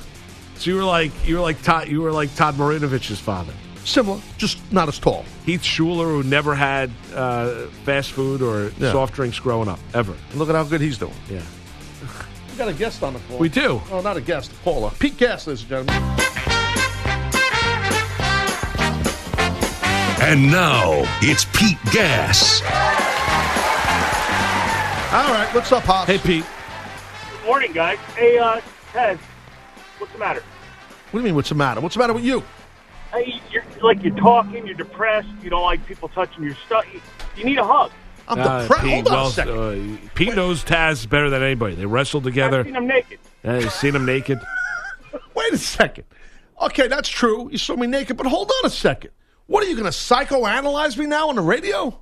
Speaker 2: So you were like you were like Todd you were like Todd Marinovich's father.
Speaker 6: Similar, just not as tall.
Speaker 2: Heath Schuler, who never had uh, fast food or
Speaker 6: Yeah.
Speaker 2: soft drinks growing up ever.
Speaker 6: Look at how good he's doing.
Speaker 2: Yeah.
Speaker 6: We got a guest on the phone.
Speaker 2: We do.
Speaker 6: Oh, not a guest, Paula. Pete Gas, ladies and gentlemen.
Speaker 4: And now it's Pete Gas.
Speaker 6: All right, what's up, Hoss? Hey,
Speaker 2: Pete.
Speaker 11: Good morning, guys. Hey, uh, Ted, what's the matter?
Speaker 6: What do you mean, what's the matter? What's the matter with you?
Speaker 11: Hey, you're like you're talking, you're depressed, you don't like people touching your stuff. You, you need a hug.
Speaker 6: I'm
Speaker 2: Uh, Pete, well, uh, Pete knows Taz better than anybody. They wrestled together.
Speaker 11: I've seen him naked.
Speaker 2: Uh, he's seen him naked.
Speaker 6: Wait a second. Okay, that's true. You saw me naked, but hold on a second. What are you going to psychoanalyze me now on the radio?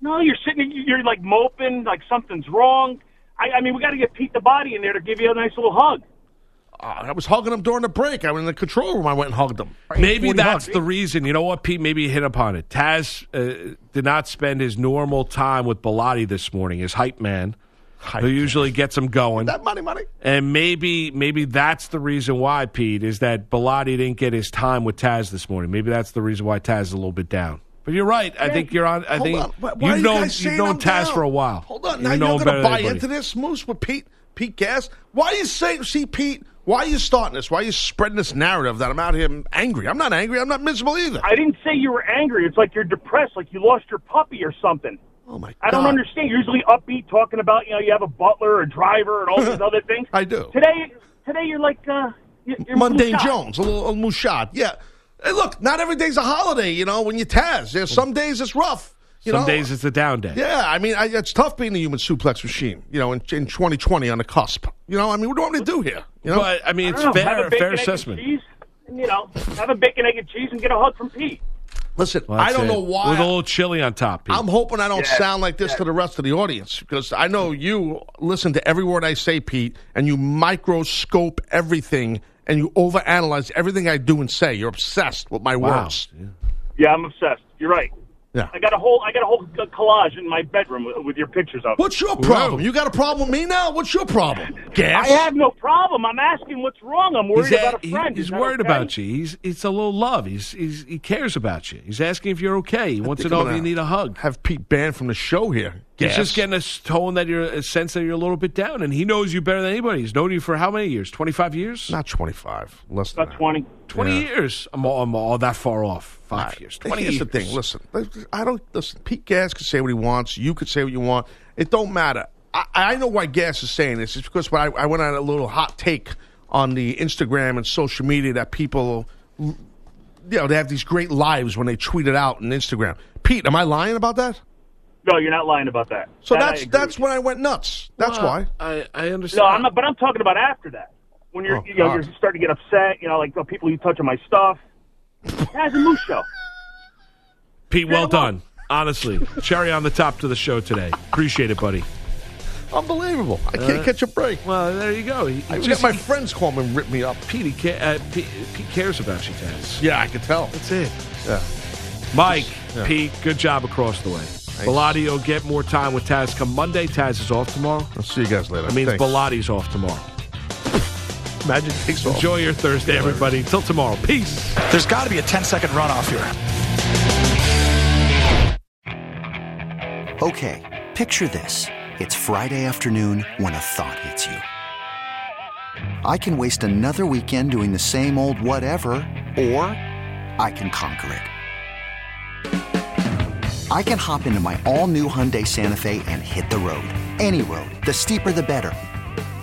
Speaker 11: No, you're sitting, you're like moping, like something's wrong. I, I mean, we got to get Pete the body in there to give you a nice little hug.
Speaker 6: Uh, I was hugging him during the break. I went in the control room. I went and hugged him.
Speaker 2: Maybe
Speaker 6: 40
Speaker 2: that's
Speaker 6: bucks.
Speaker 2: the reason. You know what, Pete? Maybe you hit upon it. Taz uh, did not spend his normal time with Bellotti this morning, his hype man, who usually gets him going.
Speaker 6: That money, money.
Speaker 2: And maybe maybe that's the reason why, Pete, is that Bellotti didn't get his time with Taz this morning. Maybe that's the reason why Taz is a little bit down. But you're right. I
Speaker 6: Yeah.
Speaker 2: think you're on. I
Speaker 6: Hold
Speaker 2: think
Speaker 6: on. Why- why are
Speaker 2: you've
Speaker 6: you
Speaker 2: known
Speaker 6: guys
Speaker 2: you've
Speaker 6: saying
Speaker 2: known
Speaker 6: I'm
Speaker 2: Taz
Speaker 6: down?
Speaker 2: for a while.
Speaker 6: Hold on.
Speaker 2: You
Speaker 6: Now
Speaker 2: know
Speaker 6: you're
Speaker 2: him
Speaker 6: going
Speaker 2: better
Speaker 6: to
Speaker 2: than
Speaker 6: buy
Speaker 2: anybody.
Speaker 6: into this, Moose, with Pete, Pete Gas? Why are you saying, see, Pete, why are you starting this? Why are you spreading this narrative that I'm out here angry? I'm not angry. I'm not miserable either.
Speaker 11: I didn't say you were angry. It's like you're depressed, like you lost your puppy or something.
Speaker 6: Oh my!
Speaker 11: I don't
Speaker 6: God.
Speaker 11: understand. You're usually upbeat, talking about you know you have a butler, a driver, and all these other things.
Speaker 6: I do.
Speaker 11: Today, today you're like uh, you- you're
Speaker 6: Mundane
Speaker 11: mooshed out.
Speaker 6: Jones, a little, a little shot. Yeah. Hey, look, not every day's a holiday, you know, when you Taz. There's some days it's rough. You
Speaker 2: Mm. Some
Speaker 6: know?
Speaker 2: days it's a down day.
Speaker 6: Yeah, I mean, I, it's tough being a human suplex machine, you know, in, in 2020 on the cusp. You know, I mean, what do I want me to do here? You know?
Speaker 2: But I mean, it's
Speaker 11: I don't know, have
Speaker 2: fair,
Speaker 11: a bacon,
Speaker 2: fair
Speaker 11: egg, and
Speaker 2: assessment.
Speaker 11: cheese, and, you know, have a bacon, egg, and cheese, and get a hug from Pete.
Speaker 6: Listen,
Speaker 2: Well,
Speaker 6: I
Speaker 2: that's
Speaker 6: don't
Speaker 2: it.
Speaker 6: know why.
Speaker 2: With a little chili on top, Pete.
Speaker 6: I'm hoping I don't
Speaker 11: Yeah,
Speaker 6: sound like this to the rest of the audience because I know you listen to every word I say, Pete, and you microscope everything and you overanalyze everything I do and say. You're obsessed with my
Speaker 2: Wow.
Speaker 6: words.
Speaker 11: Yeah, I'm obsessed. You're right.
Speaker 6: Yeah.
Speaker 11: I got a whole I got a whole uh, collage in my bedroom with, with your pictures of. it.
Speaker 6: What's your problem? You got a problem with me now? What's your problem? Gas.
Speaker 11: I have no problem. I'm asking what's wrong. I'm worried
Speaker 2: He's, a-
Speaker 11: about a
Speaker 2: he-
Speaker 11: friend.
Speaker 2: he's
Speaker 11: Is that
Speaker 2: worried
Speaker 11: okay?
Speaker 2: about you. He's it's a little love. He's, he's he cares about you. He's asking if you're okay. He wants to
Speaker 6: think
Speaker 2: know
Speaker 6: I'm
Speaker 2: if you
Speaker 6: gonna
Speaker 2: need a hug.
Speaker 6: Have Pete banned from the show here.
Speaker 2: He's
Speaker 6: Gas.
Speaker 2: just getting a s- tone that you're a sense that you're a little bit down, and he knows you better than anybody. He's known you for how many years? Twenty five years?
Speaker 6: not 25. Less than
Speaker 11: About
Speaker 6: that.
Speaker 11: twenty.
Speaker 2: Twenty years. I'm all, I'm all that far off. Five years. Twenty
Speaker 6: Here's
Speaker 2: years.
Speaker 6: the thing. Listen, I don't listen. Pete Gas can say what he wants. You could say what you want. It don't matter. I, I know why Gas is saying this. It's because when I, I went on a little hot take on the Instagram and social media that people, you know, they have these great lives when they tweet it out on Instagram. Pete, am I lying about that?
Speaker 11: No, you're not lying about that.
Speaker 6: So
Speaker 11: That I
Speaker 6: that's
Speaker 11: agree
Speaker 6: that's
Speaker 11: with
Speaker 6: when I went nuts. That's why.
Speaker 2: I, I
Speaker 11: you.
Speaker 2: understand.
Speaker 11: No, I'm not, but I'm talking about after that. When you're
Speaker 6: Oh,
Speaker 11: you know
Speaker 6: God.
Speaker 11: you're starting to get upset. You know, like the people you touching my stuff. That's a moose show.
Speaker 2: Pete, well done. Honestly, cherry on the top to the show today. Appreciate it, buddy.
Speaker 6: Unbelievable. I can't catch a break.
Speaker 2: Well, there you go. He, he
Speaker 6: I just,
Speaker 2: just,
Speaker 6: my friends call me and rip me up.
Speaker 2: Pete, he ca- uh, Pete, Pete cares about you, Taz.
Speaker 6: Yeah, I could tell.
Speaker 2: That's it.
Speaker 6: Yeah.
Speaker 2: Mike,
Speaker 6: Yeah.
Speaker 2: Pete, good job across the way. Bellotti will get more time with Taz come Monday. Taz is off tomorrow.
Speaker 6: I'll see you guys later.
Speaker 2: That means
Speaker 6: Thanks.
Speaker 2: Bellotti's off tomorrow.
Speaker 6: Magic takes off.
Speaker 2: Enjoy your Thursday, everybody. Till tomorrow. Peace.
Speaker 12: There's got to be a 10 second runoff here.
Speaker 13: Okay, picture this. It's Friday afternoon when a thought hits you. I can waste another weekend doing the same old whatever, or I can conquer it. I can hop into my all new Hyundai Santa Fe and hit the road. Any road. The steeper, the better.